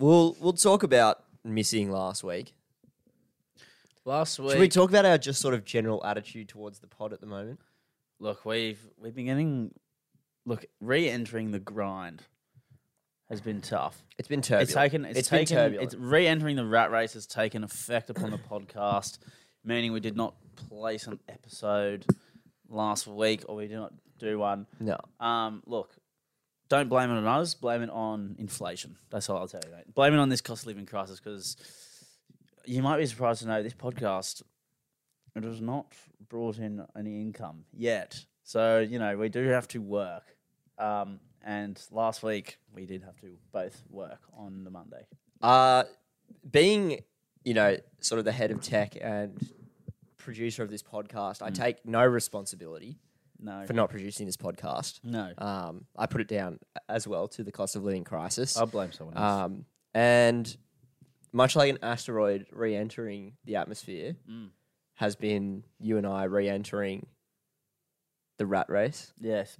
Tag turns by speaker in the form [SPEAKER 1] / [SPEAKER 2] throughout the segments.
[SPEAKER 1] We'll we'll talk about missing last week.
[SPEAKER 2] Last week,
[SPEAKER 1] Should we talk about our just sort of general attitude towards the pod at the moment?
[SPEAKER 2] look, we've we've been getting look re-entering the grind has been tough.
[SPEAKER 1] It's been turbulent.
[SPEAKER 2] It's taken. It's,
[SPEAKER 1] It's been
[SPEAKER 2] taken.
[SPEAKER 1] turbulent.
[SPEAKER 2] It's re-entering the rat race has taken effect upon the podcast, meaning we did not place an episode last week, or we did not do one.
[SPEAKER 1] no,
[SPEAKER 2] Um, look, don't blame it on us. Blame it on inflation. That's all I'll tell you, mate. Blame it on this cost of living crisis because you might be surprised to know this podcast it has not brought in any income yet. So you know we do have to work. Um, and last week we did have to both work on the Monday.
[SPEAKER 1] Uh, being, you know, sort of the head of tech and producer of this podcast, I take no responsibility
[SPEAKER 2] No,
[SPEAKER 1] for not producing this podcast.
[SPEAKER 2] no.
[SPEAKER 1] Um, I put it down as well to the cost of living crisis.
[SPEAKER 2] I'll blame someone else.
[SPEAKER 1] Um, and much like an asteroid re entering the atmosphere,
[SPEAKER 2] Mm.
[SPEAKER 1] has been you and I re entering the rat race.
[SPEAKER 2] yes,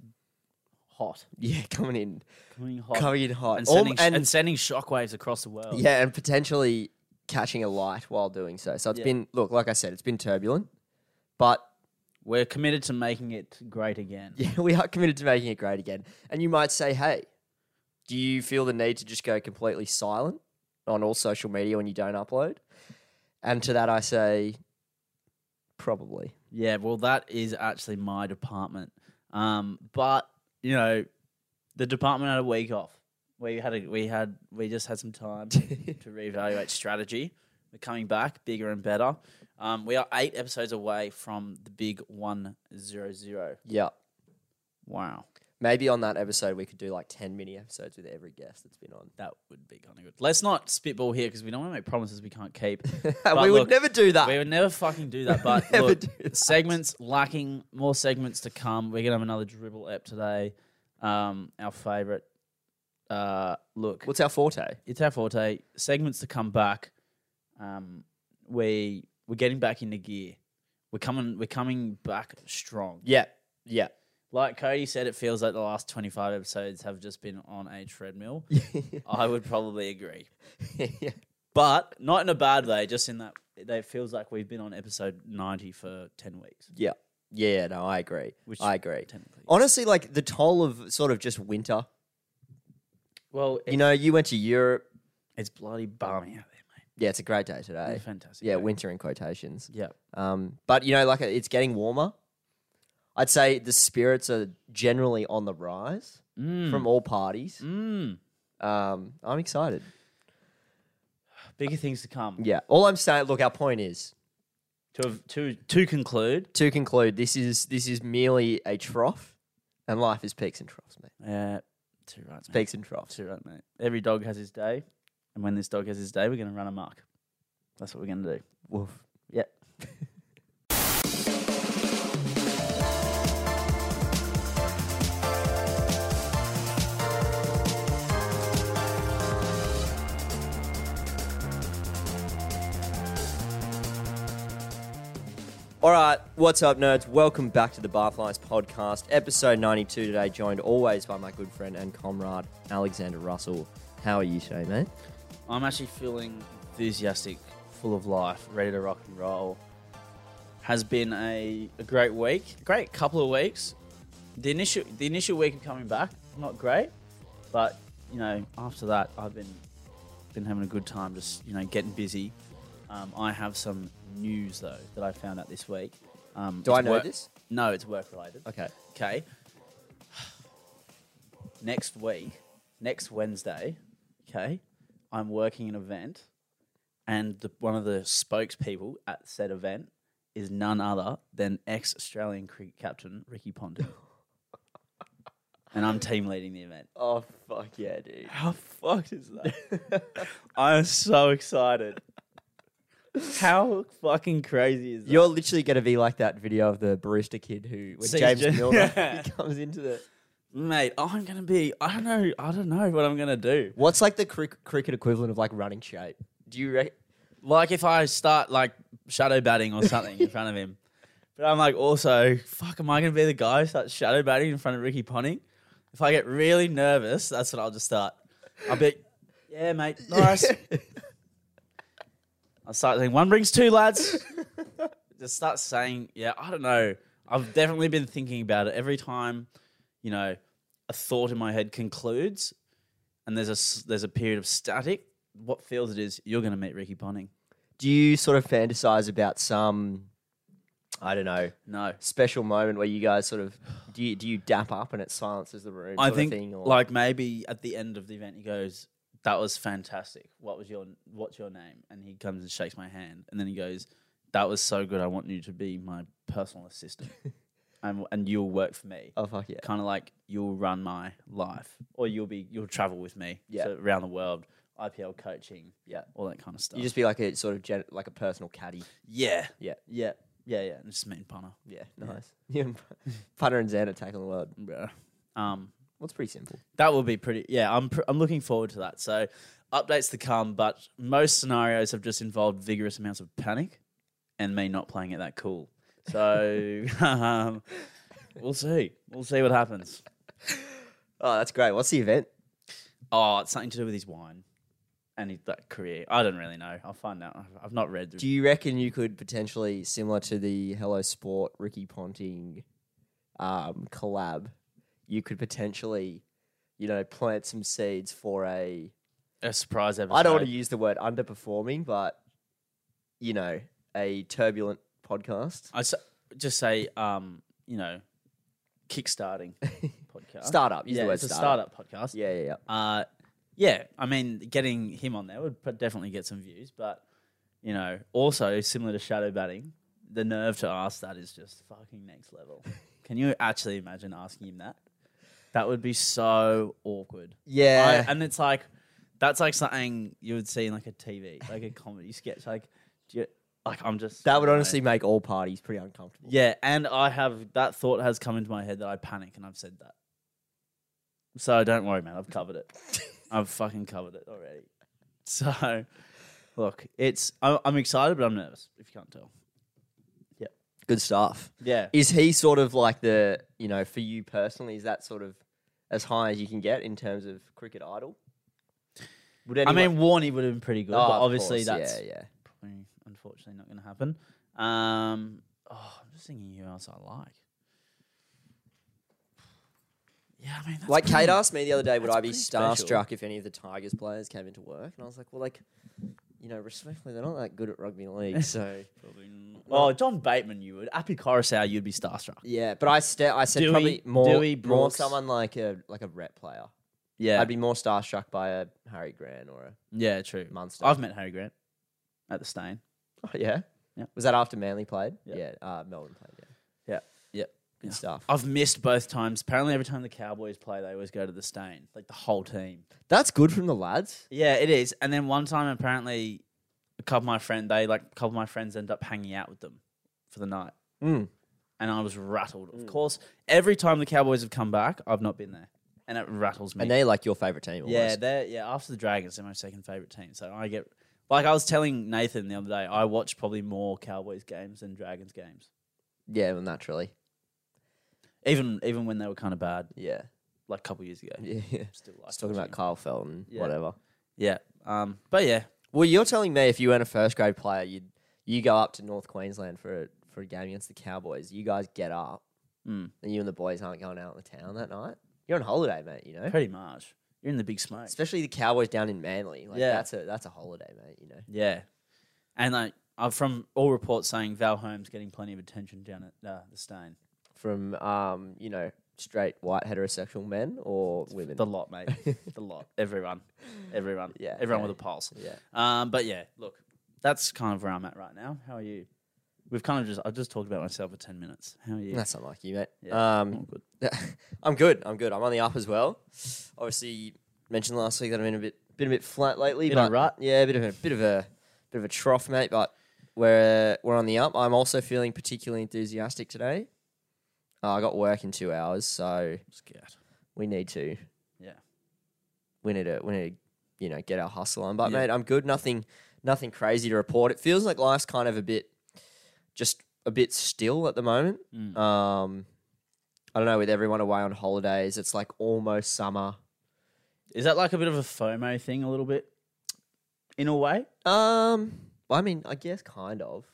[SPEAKER 2] hot,
[SPEAKER 1] Yeah, coming in,
[SPEAKER 2] coming hot,
[SPEAKER 1] coming in hot.
[SPEAKER 2] and
[SPEAKER 1] Alm-
[SPEAKER 2] sending, sh-
[SPEAKER 1] and-
[SPEAKER 2] and sending shockwaves across the world.
[SPEAKER 1] Yeah, and potentially catching a light while doing so. So it's
[SPEAKER 2] Yeah.
[SPEAKER 1] been look, like I said, it's been turbulent, but
[SPEAKER 2] We're committed to making it great again.
[SPEAKER 1] yeah, we are committed to making it great again. And you might say, hey, do you feel the need to just go completely silent on all social media when you don't upload? And to that I say, probably.
[SPEAKER 2] Yeah, well, that is actually my department. Um, but you know, the department had a week off. We had a, we had we just had some time to reevaluate strategy. We're coming back bigger and better. Um, we are eight episodes away from the big one zero zero.
[SPEAKER 1] Yeah.
[SPEAKER 2] Wow,
[SPEAKER 1] Maybe on that episode we could do like ten mini episodes with every guest that's been on.
[SPEAKER 2] that would be kind of good. Let's not spitball here because we don't want to make promises we can't keep.
[SPEAKER 1] we would
[SPEAKER 2] look,
[SPEAKER 1] never do that.
[SPEAKER 2] We would never fucking do that. But
[SPEAKER 1] Never
[SPEAKER 2] look,
[SPEAKER 1] do that.
[SPEAKER 2] segments lacking, more segments to come. We're gonna have another dribble app today. Um, our favorite. Uh, look,
[SPEAKER 1] What's our forte?
[SPEAKER 2] it's our forte. Segments to come back. Um, we we're getting back into gear. We're coming. We're coming back strong.
[SPEAKER 1] Yeah. Yeah.
[SPEAKER 2] Like Cody said, it feels like the last twenty five episodes have just been on a treadmill. I would probably agree.
[SPEAKER 1] yeah.
[SPEAKER 2] but not in a bad way. Just in that that it feels like we've been on episode ninety for ten weeks,
[SPEAKER 1] Yeah. Yeah, no, I agree.
[SPEAKER 2] Which-
[SPEAKER 1] I agree.
[SPEAKER 2] technically.
[SPEAKER 1] Honestly, like the toll of sort of just winter.
[SPEAKER 2] Well,
[SPEAKER 1] You know, you went to Europe.
[SPEAKER 2] it's bloody balmy out there,
[SPEAKER 1] Yeah, it's a great day
[SPEAKER 2] mate.
[SPEAKER 1] today.
[SPEAKER 2] It's fantastic.
[SPEAKER 1] Yeah,
[SPEAKER 2] day.
[SPEAKER 1] winter in quotations.
[SPEAKER 2] yeah.
[SPEAKER 1] Um, but you know, like it's getting warmer. I'd say the spirits are generally on the rise
[SPEAKER 2] Mm.
[SPEAKER 1] from all parties.
[SPEAKER 2] mm.
[SPEAKER 1] Um, I'm excited.
[SPEAKER 2] bigger things to come.
[SPEAKER 1] Yeah. All I'm saying, look, our point is
[SPEAKER 2] To to to conclude,
[SPEAKER 1] to conclude. This is this is merely a trough, and life is peaks and troughs, mate.
[SPEAKER 2] uh, two right, mate.
[SPEAKER 1] Peaks and troughs.
[SPEAKER 2] Two right, mate. Every dog has his day, and when this dog has his day, we're gonna run a mark. That's what we're gonna do.
[SPEAKER 1] Woof.
[SPEAKER 2] Yeah.
[SPEAKER 1] All right, what's up, nerds? Welcome back to the Barflies podcast, episode 92 today, joined always by my good friend and comrade, Alexander Russell. How are you today, mate?
[SPEAKER 2] I'm actually feeling enthusiastic, full of life, ready to rock and roll. Has been a, a great week, great couple of weeks. The initial the initial week of coming back, not great, but you know after that I've been been having a good time, just you know getting busy. Um, I have some news though that I found out this week. Um,
[SPEAKER 1] Do I
[SPEAKER 2] it's
[SPEAKER 1] know
[SPEAKER 2] work-
[SPEAKER 1] this?
[SPEAKER 2] No, it's work related.
[SPEAKER 1] Okay.
[SPEAKER 2] Okay. Next week, next Wednesday, okay, I'm working an event, and the, one of the spokespeople at said event is none other than ex Australian cricket captain Ricky Ponting. and I'm team leading the event.
[SPEAKER 1] Oh, fuck yeah, dude.
[SPEAKER 2] How fucked is that? I'm so excited. How fucking crazy is that?
[SPEAKER 1] You're literally going to be like that video of the barista kid who, when
[SPEAKER 2] Sees
[SPEAKER 1] James
[SPEAKER 2] Jan-
[SPEAKER 1] Milner
[SPEAKER 2] Yeah.
[SPEAKER 1] comes into the.
[SPEAKER 2] Mate, I'm gonna be. I don't know. I don't know what I'm gonna do.
[SPEAKER 1] What's like the cric- cricket equivalent of like running shape? Do you reckon?
[SPEAKER 2] Like if I start like shadow batting or something in front of him. But I'm like also, fuck, am I gonna be the guy who starts shadow batting in front of Ricky Ponting? If I get really nervous, that's when I'll just start. I'll be Yeah, mate. Nice. I start saying one brings two, lads. Just start saying, yeah, I don't know. I've definitely been thinking about it every time, you know, a thought in my head concludes, and there's a s- there's a period of static. What feels it is you're going to meet Ricky Ponting.
[SPEAKER 1] Do you sort of fantasize about some, I don't know,
[SPEAKER 2] No,
[SPEAKER 1] special moment where you guys sort of do you, do you dap up and it silences the room?
[SPEAKER 2] I
[SPEAKER 1] sort of
[SPEAKER 2] think
[SPEAKER 1] thing, or-
[SPEAKER 2] like maybe at the end of the event he goes, "That was fantastic. What was your what's your name?" And he comes and shakes my hand, and then he goes, "That was so good. I want you to be my personal assistant, and and you'll work for me.
[SPEAKER 1] oh fuck yeah,
[SPEAKER 2] Kind of like you'll run my life, or you'll be you'll travel with me,
[SPEAKER 1] Yeah.
[SPEAKER 2] so around the world, IPL coaching,
[SPEAKER 1] Yeah.
[SPEAKER 2] all that kind of stuff.
[SPEAKER 1] you just be like a sort of gen- like a personal caddy.
[SPEAKER 2] yeah,
[SPEAKER 1] Yeah,
[SPEAKER 2] yeah, yeah, yeah, and just meeting punter.
[SPEAKER 1] yeah, nice. Yeah, punter and Xander tackling the world.
[SPEAKER 2] Yeah. Um,
[SPEAKER 1] Well, it's pretty simple.
[SPEAKER 2] That will be pretty. Yeah, I'm pr- I'm looking forward to that. So updates to come, but most scenarios have just involved vigorous amounts of panic and me not playing it that cool. So um, we'll see. We'll see what happens.
[SPEAKER 1] Oh, that's great. What's the event?
[SPEAKER 2] Oh, it's something to do with his wine and his that career. I don't really know. I'll find out. I've- I've not read.
[SPEAKER 1] Do
[SPEAKER 2] The-
[SPEAKER 1] you reckon you could potentially, similar to the Hello Sport Ricky Ponting um, collab, you could potentially, you know, plant some seeds for a.
[SPEAKER 2] a surprise episode.
[SPEAKER 1] I don't want to use the word underperforming, but you know, a turbulent podcast
[SPEAKER 2] I s- just say um, you know, kickstarting podcast.
[SPEAKER 1] startup. Use
[SPEAKER 2] Yeah,
[SPEAKER 1] the word
[SPEAKER 2] it's a
[SPEAKER 1] startup.
[SPEAKER 2] startup podcast.
[SPEAKER 1] Yeah, yeah, yeah.
[SPEAKER 2] Uh, yeah, I mean, getting him on there would pr- definitely get some views, but you know, also similar to shadow batting, the nerve to ask that is just fucking next level. Can you actually imagine asking him that? That would be so awkward.
[SPEAKER 1] Yeah,
[SPEAKER 2] I, and it's like that's like something you would see in like a TV, like a comedy sketch. Like, do you, like I'm just
[SPEAKER 1] that would
[SPEAKER 2] no.
[SPEAKER 1] honestly make all parties pretty uncomfortable.
[SPEAKER 2] Yeah, and I have that thought has come into my head that I panic and I've said that. So don't worry, man. I've covered it. I've fucking covered it already. So look, it's I- I'm excited, but I'm nervous. If you can't tell,
[SPEAKER 1] Good stuff.
[SPEAKER 2] yeah.
[SPEAKER 1] Is he sort of like the you know for you personally? Is that sort of as high as you can get in terms of cricket idol? Would
[SPEAKER 2] I
[SPEAKER 1] anyone,
[SPEAKER 2] mean, Warney would have been pretty good,
[SPEAKER 1] Oh,
[SPEAKER 2] but
[SPEAKER 1] of
[SPEAKER 2] obviously
[SPEAKER 1] course,
[SPEAKER 2] that's
[SPEAKER 1] yeah, yeah.
[SPEAKER 2] probably unfortunately not going to happen. Um, oh, I'm just thinking who else I like. Yeah, I mean, that's
[SPEAKER 1] like
[SPEAKER 2] pretty-
[SPEAKER 1] Kate asked me the other day, would
[SPEAKER 2] that's
[SPEAKER 1] I be
[SPEAKER 2] pretty special.
[SPEAKER 1] starstruck if any of the Tigers players came into work? And I was like, well, like you know, respectfully, they're not that good at rugby league, so
[SPEAKER 2] Probably not. Oh, John Bateman, you would. Happy Coruscant, you'd be starstruck.
[SPEAKER 1] yeah. But I sta- I said
[SPEAKER 2] Dewey-
[SPEAKER 1] probably more
[SPEAKER 2] Dewey
[SPEAKER 1] more
[SPEAKER 2] Brooks.
[SPEAKER 1] someone like a like a rep player.
[SPEAKER 2] Yeah,
[SPEAKER 1] I'd be more starstruck by a Harry Grant or a
[SPEAKER 2] Yeah, true.
[SPEAKER 1] Munster.
[SPEAKER 2] I've met Harry Grant at the Stain.
[SPEAKER 1] Oh, yeah.
[SPEAKER 2] Yeah.
[SPEAKER 1] Was that after Manly played?
[SPEAKER 2] Yeah.
[SPEAKER 1] Yeah. Uh, Melbourne played. Yeah.
[SPEAKER 2] Yeah.
[SPEAKER 1] Good
[SPEAKER 2] Yeah.
[SPEAKER 1] stuff.
[SPEAKER 2] I've missed both times. Apparently, every time the Cowboys play, they always go to the Stain, like the whole team.
[SPEAKER 1] That's good from the lads.
[SPEAKER 2] Yeah, it is. And then one time, apparently, a couple of my friend, they like a couple of my friends end up hanging out with them for the night,
[SPEAKER 1] Mm.
[SPEAKER 2] and I was rattled. Of course, every time the Cowboys have come back, I've not been there, and it rattles me.
[SPEAKER 1] And they're like your favourite team. Almost.
[SPEAKER 2] Yeah, they're yeah. After the Dragons, they're my second favorite team. So I get like I was telling Nathan the other day, I watch probably more Cowboys games than Dragons games.
[SPEAKER 1] Yeah, well, naturally.
[SPEAKER 2] Even even when they were kind of bad,
[SPEAKER 1] Yeah.
[SPEAKER 2] like a couple years ago.
[SPEAKER 1] Yeah.
[SPEAKER 2] Still like
[SPEAKER 1] Just talking about Kyle Felton,
[SPEAKER 2] Yeah.
[SPEAKER 1] whatever.
[SPEAKER 2] yeah. Um, but yeah,
[SPEAKER 1] Well, you're telling me if you weren't a first grade player, you'd you go up to North Queensland for a for a game against the Cowboys. You guys get up,
[SPEAKER 2] Mm.
[SPEAKER 1] and you and the boys aren't going out in the town that night. You're on holiday, mate. You know,
[SPEAKER 2] pretty much you're in the big smoke.
[SPEAKER 1] especially the Cowboys down in Manly. Like,
[SPEAKER 2] Yeah.
[SPEAKER 1] that's a that's a holiday, mate. You know.
[SPEAKER 2] Yeah, and like I'm from all reports saying Val Holmes getting plenty of attention down at uh, the Stain.
[SPEAKER 1] from um, you know, straight white heterosexual men or women.
[SPEAKER 2] The lot, mate. the lot. Everyone. Everyone.
[SPEAKER 1] Yeah,
[SPEAKER 2] Everyone
[SPEAKER 1] okay.
[SPEAKER 2] with a pulse.
[SPEAKER 1] Yeah.
[SPEAKER 2] Um, but yeah, look, that's kind of where I'm at right now. How are you? We've kind of just I've just talked about myself for ten minutes. How are you?
[SPEAKER 1] That's unlike you, mate.
[SPEAKER 2] Yeah.
[SPEAKER 1] Um,
[SPEAKER 2] All good.
[SPEAKER 1] I'm good. I'm good. I'm on the up as well. Obviously, mentioned last week that I've been a bit, been a bit flat lately.
[SPEAKER 2] In a
[SPEAKER 1] but
[SPEAKER 2] rut.
[SPEAKER 1] Yeah, a bit of a bit of a bit of a trough, mate. But we're we're on the up. I'm also feeling particularly enthusiastic today. Uh, I got work in two hours, so
[SPEAKER 2] Scared.
[SPEAKER 1] we need to.
[SPEAKER 2] Yeah.
[SPEAKER 1] We need to. We need to. You know, get our hustle on. But
[SPEAKER 2] Yeah.
[SPEAKER 1] mate, I'm good. Nothing. Nothing crazy to report. It feels like life's kind of a bit, just a bit still at the moment.
[SPEAKER 2] Mm.
[SPEAKER 1] Um, I don't know. With everyone away on holidays, it's like almost summer.
[SPEAKER 2] Is that like a bit of a FOMO thing, a little bit, in a way?
[SPEAKER 1] Um, well, I mean, I guess kind of,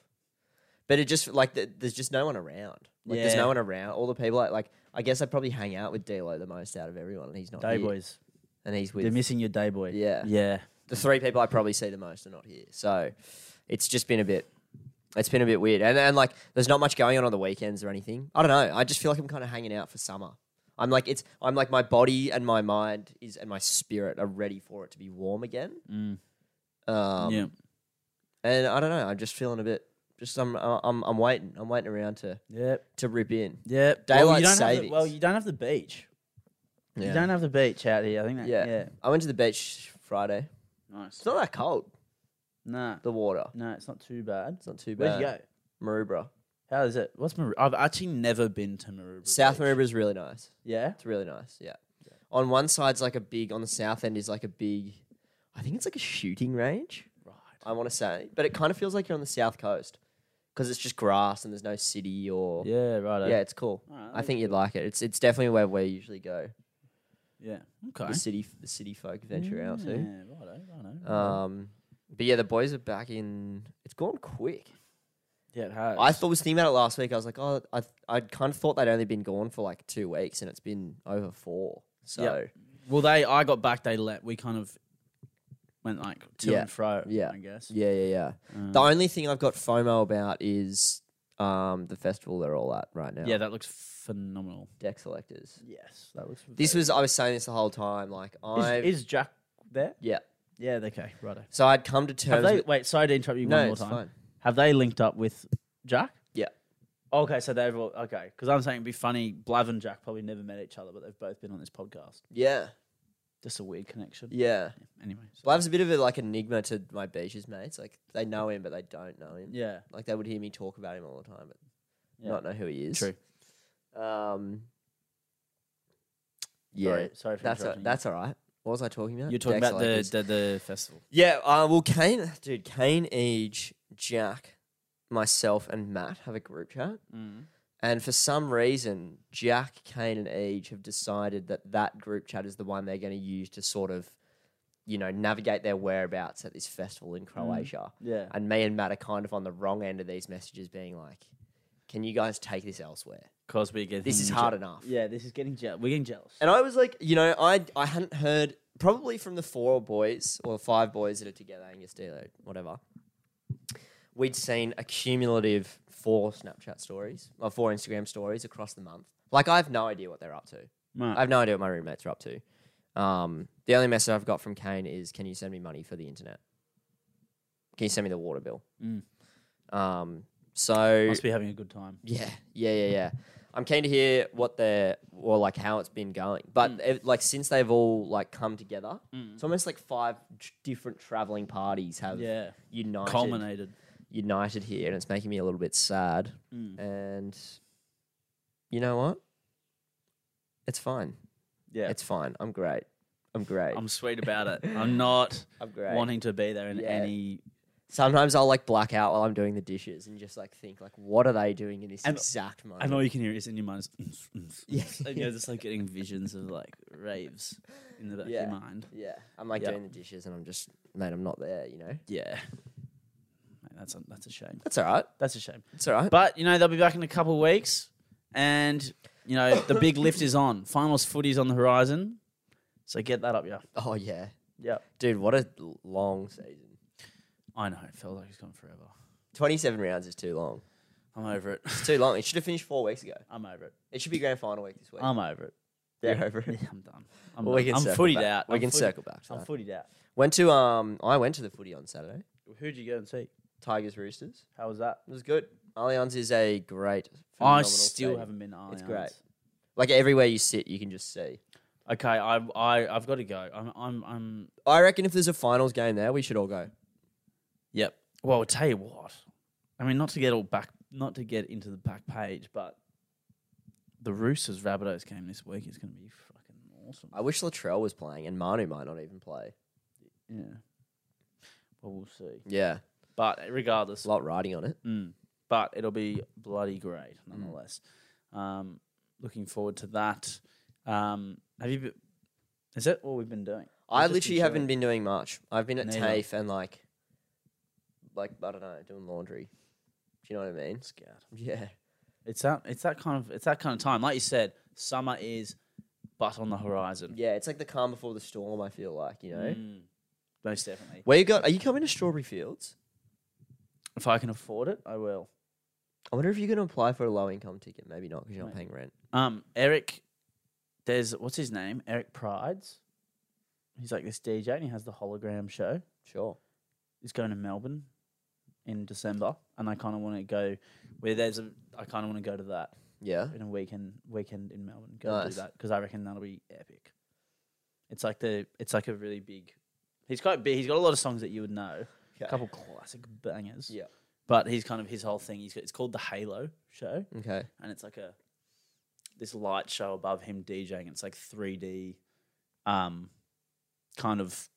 [SPEAKER 1] but it just like th- there's just no one around. Like there's
[SPEAKER 2] Yeah.
[SPEAKER 1] no one around. All the people like, like I guess I probably hang out with D'Lo the most out of everyone, and he's not
[SPEAKER 2] Day
[SPEAKER 1] here.
[SPEAKER 2] boys,
[SPEAKER 1] And he's
[SPEAKER 2] they're
[SPEAKER 1] with
[SPEAKER 2] missing your day boy.
[SPEAKER 1] Yeah.
[SPEAKER 2] yeah.
[SPEAKER 1] the three people I probably see the most are not here. So it's just been a bit. It's been a bit weird, and and like there's not much going on on the weekends or anything. I don't know. I just feel like I'm kind of hanging out for summer. I'm like it's. I'm like my body and my mind is and my spirit are ready for it to be warm again.
[SPEAKER 2] Mm.
[SPEAKER 1] Um,
[SPEAKER 2] yeah.
[SPEAKER 1] and I don't know. I'm just feeling a bit. Just I'm I'm I'm waiting. I'm waiting around to
[SPEAKER 2] Yep.
[SPEAKER 1] to rip in.
[SPEAKER 2] Yep. well,
[SPEAKER 1] Daylight
[SPEAKER 2] you don't have the-
[SPEAKER 1] savings.
[SPEAKER 2] well, you don't have the beach. You don't have the beach out here. I think that.
[SPEAKER 1] Yeah.
[SPEAKER 2] Yeah.
[SPEAKER 1] I went to the beach Friday.
[SPEAKER 2] Nice.
[SPEAKER 1] It's not that cold.
[SPEAKER 2] Nah.
[SPEAKER 1] The water.
[SPEAKER 2] No, it's not too bad.
[SPEAKER 1] It's not too
[SPEAKER 2] Where'd
[SPEAKER 1] bad.
[SPEAKER 2] you go?
[SPEAKER 1] Maroubra.
[SPEAKER 2] How is it? What's Maroubra? I've actually never been to Maroubra.
[SPEAKER 1] South
[SPEAKER 2] Beach.
[SPEAKER 1] Maroubra is really nice.
[SPEAKER 2] Yeah.
[SPEAKER 1] It's really nice. Yeah. On one side's like a big. On the south end is like a big. I think it's like a shooting range.
[SPEAKER 2] Right.
[SPEAKER 1] I want to say, but it kind of feels like you're on the south coast because it's just grass and there's no city or.
[SPEAKER 2] Yeah. Right.
[SPEAKER 1] Yeah, it's cool.
[SPEAKER 2] Alright,
[SPEAKER 1] I
[SPEAKER 2] that's
[SPEAKER 1] think you'd like it. It's it's definitely where we usually go.
[SPEAKER 2] Yeah. Okay.
[SPEAKER 1] The city the city folk venture out
[SPEAKER 2] Yeah.
[SPEAKER 1] to.
[SPEAKER 2] Righto. Righto. righto.
[SPEAKER 1] Um, but yeah, the boys are back in. It's gone quick.
[SPEAKER 2] yeah. It has.
[SPEAKER 1] I thought was thinking about it last week. I was like, oh, I I kind of thought they'd only been gone for like two weeks, and it's been over four. So
[SPEAKER 2] Well, they. I got back. They let. We kind of went like to
[SPEAKER 1] Yeah.
[SPEAKER 2] and fro.
[SPEAKER 1] Yeah.
[SPEAKER 2] I guess.
[SPEAKER 1] yeah, yeah, yeah.
[SPEAKER 2] Um,
[SPEAKER 1] The only thing I've got FOMO about is um the festival they're all at right now.
[SPEAKER 2] yeah. That looks phenomenal.
[SPEAKER 1] deck selectors.
[SPEAKER 2] Yes. That looks.
[SPEAKER 1] This
[SPEAKER 2] very-
[SPEAKER 1] was I was saying this the whole time. Like I
[SPEAKER 2] Is, is Jack there?
[SPEAKER 1] yeah.
[SPEAKER 2] Yeah. Okay. Righto.
[SPEAKER 1] So I'd come to
[SPEAKER 2] Have
[SPEAKER 1] terms.
[SPEAKER 2] they,
[SPEAKER 1] with,
[SPEAKER 2] wait, sorry to interrupt you
[SPEAKER 1] no,
[SPEAKER 2] one more
[SPEAKER 1] it's
[SPEAKER 2] time.
[SPEAKER 1] fine.
[SPEAKER 2] Have they linked up with Jack?
[SPEAKER 1] Yeah.
[SPEAKER 2] Okay, so they've all okay. Because I'm saying it'd be funny. Blav and Jack probably never met each other, but they've both been on this podcast.
[SPEAKER 1] Yeah,
[SPEAKER 2] Just a weird connection.
[SPEAKER 1] yeah.
[SPEAKER 2] Anyway. so-
[SPEAKER 1] Blav's a bit of a like enigma to my beaches mates. Like they know him, but they don't know him.
[SPEAKER 2] Yeah.
[SPEAKER 1] Like they would hear me talk about him all the time, but
[SPEAKER 2] Yeah.
[SPEAKER 1] not know who he is.
[SPEAKER 2] True.
[SPEAKER 1] Um. Yeah,
[SPEAKER 2] Sorry, sorry for
[SPEAKER 1] that's a,
[SPEAKER 2] interrupting you.
[SPEAKER 1] that's all right. What was I talking about?
[SPEAKER 2] You're talking
[SPEAKER 1] Deck
[SPEAKER 2] about the,
[SPEAKER 1] selectors.
[SPEAKER 2] the the festival.
[SPEAKER 1] yeah. Uh, well, Kane, dude, Kane, Ege, Jack, myself, and Matt have a group chat,
[SPEAKER 2] Mm.
[SPEAKER 1] and for some reason, Jack, Kane, and Ege have decided that that group chat is the one they're going to use to sort of, you know, navigate their whereabouts at this festival in Croatia.
[SPEAKER 2] Yeah.
[SPEAKER 1] And me and Matt are kind of on the wrong end of these messages, being like, "Can you guys take this elsewhere?
[SPEAKER 2] Cosby getting
[SPEAKER 1] This is hard enough."
[SPEAKER 2] Yeah, this is getting jealous. We're getting jealous.
[SPEAKER 1] And I was like, you know, I I hadn't heard probably from the four boys or five boys that are together, Angus Delo, whatever. We'd seen a cumulative four Snapchat stories or four Instagram stories across the month. Like I have no idea what they're up to. I have no idea what my roommates are up to. Um, the only message I've got from Kane is, "Can you send me money for the internet? Can you send me the water bill?"
[SPEAKER 2] Mm.
[SPEAKER 1] Um, so
[SPEAKER 2] Must be having a good time.
[SPEAKER 1] yeah, yeah, yeah, yeah. I'm keen to hear what they're or like how it's been going. But
[SPEAKER 2] Mm.
[SPEAKER 1] it- like since they've all like come together, it's almost like five tr- different traveling parties have
[SPEAKER 2] Yeah.
[SPEAKER 1] united
[SPEAKER 2] Culminated.
[SPEAKER 1] united here, and it's making me a little bit sad.
[SPEAKER 2] Mm.
[SPEAKER 1] And you know what? It's fine.
[SPEAKER 2] Yeah.
[SPEAKER 1] It's fine. I'm great. I'm great. I'm,
[SPEAKER 2] I'm sweet about it. I'm not
[SPEAKER 1] great.
[SPEAKER 2] wanting to be there in
[SPEAKER 1] Yeah.
[SPEAKER 2] any
[SPEAKER 1] Sometimes I'll like black out while I'm doing the dishes and just like think like, what are they doing in this
[SPEAKER 2] And-
[SPEAKER 1] exact moment?
[SPEAKER 2] And all you can hear is in your mind. mm, Is,
[SPEAKER 1] Yeah.
[SPEAKER 2] and you're just like getting visions of like raves in the back
[SPEAKER 1] Yeah.
[SPEAKER 2] of your mind.
[SPEAKER 1] Yeah, I'm like
[SPEAKER 2] Yeah.
[SPEAKER 1] doing the dishes, and I'm just, mate, I'm not there. You know,
[SPEAKER 2] Yeah, Mate, that's a, that's a shame.
[SPEAKER 1] that's all right.
[SPEAKER 2] That's a shame.
[SPEAKER 1] It's all right.
[SPEAKER 2] But you know they'll be back in a couple of weeks, and you know the big lift is on. Finals footy's on the horizon, so get that up, yeah.
[SPEAKER 1] oh yeah,
[SPEAKER 2] Yeah,
[SPEAKER 1] dude, what a l- long season.
[SPEAKER 2] I know. It felt like it's gone forever.
[SPEAKER 1] Twenty-seven rounds is too long.
[SPEAKER 2] I'm over it.
[SPEAKER 1] It's too long. It should have finished four weeks ago.
[SPEAKER 2] I'm over it.
[SPEAKER 1] It should be grand final week this week.
[SPEAKER 2] I'm over it.
[SPEAKER 1] You're over it.
[SPEAKER 2] Um, Yeah, I'm done. I'm,
[SPEAKER 1] Well, we can
[SPEAKER 2] done. I'm
[SPEAKER 1] circle
[SPEAKER 2] footied
[SPEAKER 1] back.
[SPEAKER 2] out.
[SPEAKER 1] We
[SPEAKER 2] I'm
[SPEAKER 1] can
[SPEAKER 2] footy-
[SPEAKER 1] circle back to
[SPEAKER 2] I'm
[SPEAKER 1] that.
[SPEAKER 2] footied out.
[SPEAKER 1] Went to um, I went to the footy on Saturday.
[SPEAKER 2] Who'd you go and see?
[SPEAKER 1] Tigers Roosters.
[SPEAKER 2] How was that?
[SPEAKER 1] It was good. Allianz is a great.
[SPEAKER 2] I
[SPEAKER 1] phenomenal
[SPEAKER 2] still
[SPEAKER 1] stadium.
[SPEAKER 2] haven't been. To
[SPEAKER 1] It's
[SPEAKER 2] Allianz.
[SPEAKER 1] great. Like everywhere you sit, you can just see.
[SPEAKER 2] Okay, I I I've got to go. I'm I'm I'm.
[SPEAKER 1] I reckon if there's a finals game there, we should all go.
[SPEAKER 2] Yep. Well, I'll tell you what. I mean, not to get all back, not to get into the back page, but the Roosters Rabbitohs game this week is going to be fucking awesome.
[SPEAKER 1] I wish Latrell was playing, and Manu might not even play.
[SPEAKER 2] Yeah. Well, we'll see.
[SPEAKER 1] Yeah,
[SPEAKER 2] But regardless,
[SPEAKER 1] a lot riding on it.
[SPEAKER 2] mm, but it'll be bloody great
[SPEAKER 1] Mm.
[SPEAKER 2] nonetheless. Um, looking forward to that. Um, have you? Been, is that all we've been doing?
[SPEAKER 1] I
[SPEAKER 2] just
[SPEAKER 1] literally
[SPEAKER 2] enjoy
[SPEAKER 1] haven't been doing much. I've been at
[SPEAKER 2] Neither.
[SPEAKER 1] TAFE and like, like I don't know, doing laundry. Do you know what I mean?
[SPEAKER 2] Scout.
[SPEAKER 1] Yeah,
[SPEAKER 2] It's that it's that kind of it's that kind of time. Like you said, summer is but on the horizon.
[SPEAKER 1] yeah. It's like the calm before the storm. I feel like you know.
[SPEAKER 2] Mm, most definitely.
[SPEAKER 1] Where you got? Are you coming to Strawberry Fields?
[SPEAKER 2] If I can afford it, I will.
[SPEAKER 1] I wonder if you're going to apply for a low income ticket. Maybe not because you're not
[SPEAKER 2] Mate.
[SPEAKER 1] paying rent.
[SPEAKER 2] Um, Eric, there's what's his name? Eric Prides. He's like this DJ and he has the hologram show.
[SPEAKER 1] Sure.
[SPEAKER 2] He's going to Melbourne in December, and I kind of want to go where there's a. I kind of want to go to that
[SPEAKER 1] Yeah.
[SPEAKER 2] in a weekend weekend in Melbourne. Go
[SPEAKER 1] Nice.
[SPEAKER 2] do that because I reckon that'll be epic. It's like the it's like a really big. He's quite big. He's got a lot of songs that you would know. A
[SPEAKER 1] Okay.
[SPEAKER 2] couple classic bangers.
[SPEAKER 1] Yeah.
[SPEAKER 2] But he's kind of his whole thing. He's got, it's called the Halo Show
[SPEAKER 1] Okay.
[SPEAKER 2] and it's like a this light show above him DJing. It's like 3D, um, kind of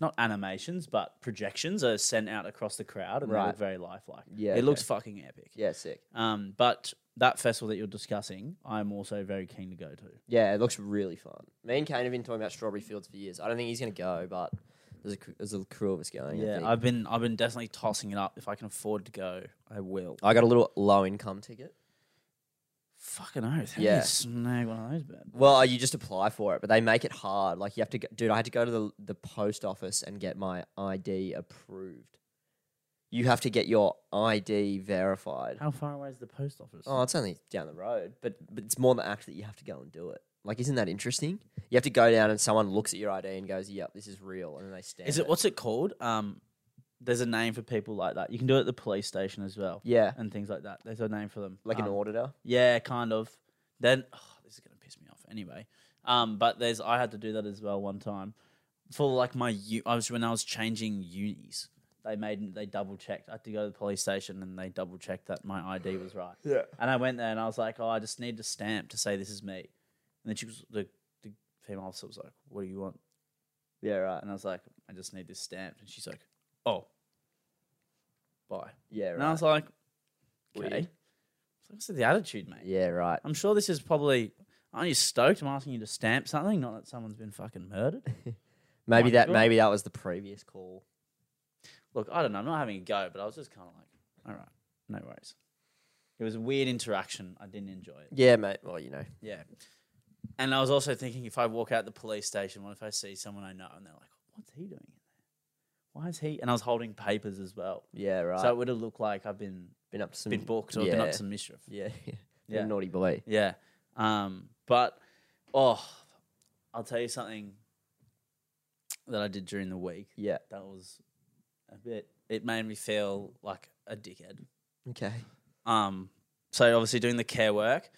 [SPEAKER 2] not animations but projections are sent out across the crowd and they
[SPEAKER 1] Right.
[SPEAKER 2] look very lifelike.
[SPEAKER 1] Yeah,
[SPEAKER 2] it
[SPEAKER 1] okay.
[SPEAKER 2] looks fucking epic.
[SPEAKER 1] Yeah. Sick.
[SPEAKER 2] Um, but that festival that you're discussing, I'm also very keen to go to.
[SPEAKER 1] Yeah, it looks really fun. Me and Kane have been talking about Strawberry Fields for years. I don't think he's going to go, but there's a cr- there's a crew of us going. I,
[SPEAKER 2] Yeah,
[SPEAKER 1] think.
[SPEAKER 2] I've been I've been definitely tossing it up. If I can afford to go, I will.
[SPEAKER 1] I got a little low income ticket.
[SPEAKER 2] Fucking oath. How
[SPEAKER 1] Yeah.
[SPEAKER 2] yeah, snag one of those bad.
[SPEAKER 1] Well, oh, you just apply for it, but they make it hard. Like you have to, go, dude. I had to go to the the post office and get my ID approved. You have to get your ID verified.
[SPEAKER 2] How far away is the post office?
[SPEAKER 1] Oh, it's only down the road, but but it's more the act that you have to go and do it. Like, isn't that interesting? You have to go down and someone looks at your ID and goes, "Yep, this is real," and then they stand.
[SPEAKER 2] Is it what's it called? Um, there's a name for people like that. You can do it at the police station as well,
[SPEAKER 1] Yeah,
[SPEAKER 2] and things like that. There's a name for them,
[SPEAKER 1] like an
[SPEAKER 2] Uh, Um,
[SPEAKER 1] auditor.
[SPEAKER 2] Yeah, kind of. Then oh, this is gonna piss me off anyway. Um, but there's I had to do that as well one time for like my u- I was when I was changing unis. They made they double checked. I had to go to the police station and they double checked that my ID was right.
[SPEAKER 1] Yeah.
[SPEAKER 2] And I went there and I was like, oh, I just need a stamp to say this is me. And then she was the, the female officer was like, what do you want?
[SPEAKER 1] Yeah, right.
[SPEAKER 2] And I was like, I just need this stamped. And she's like, oh, bye.
[SPEAKER 1] Yeah,
[SPEAKER 2] And I
[SPEAKER 1] right.
[SPEAKER 2] was like, okay.
[SPEAKER 1] Weird.
[SPEAKER 2] I was like, What's the attitude, mate?
[SPEAKER 1] Yeah, right.
[SPEAKER 2] I'm sure this is probably, aren't you stoked? I'm asking you to stamp something, not that someone's been fucking murdered.
[SPEAKER 1] Maybe
[SPEAKER 2] Might be
[SPEAKER 1] that
[SPEAKER 2] good.
[SPEAKER 1] maybe that was the previous call.
[SPEAKER 2] Look, I don't know. I'm not having a go, but I was just kind of like, all right, no worries. It was a weird interaction. I didn't enjoy it.
[SPEAKER 1] Yeah, mate. Well, you know.
[SPEAKER 2] Yeah. And I was also thinking if I walk out the police station, what if I see someone I know and they're like, what's he doing in there? Why is he? And I was holding papers as well.
[SPEAKER 1] Yeah, right.
[SPEAKER 2] So it would have looked like I've been
[SPEAKER 1] been up to some
[SPEAKER 2] been booked or been up
[SPEAKER 1] yeah.
[SPEAKER 2] to some mischief.
[SPEAKER 1] Yeah, yeah.
[SPEAKER 2] Yeah.
[SPEAKER 1] Been a naughty boy.
[SPEAKER 2] Yeah. Um, but oh I'll tell you something that I did during the week
[SPEAKER 1] Yeah.
[SPEAKER 2] that was a bit it made me feel like a dickhead.
[SPEAKER 1] Okay.
[SPEAKER 2] Um so obviously doing the care work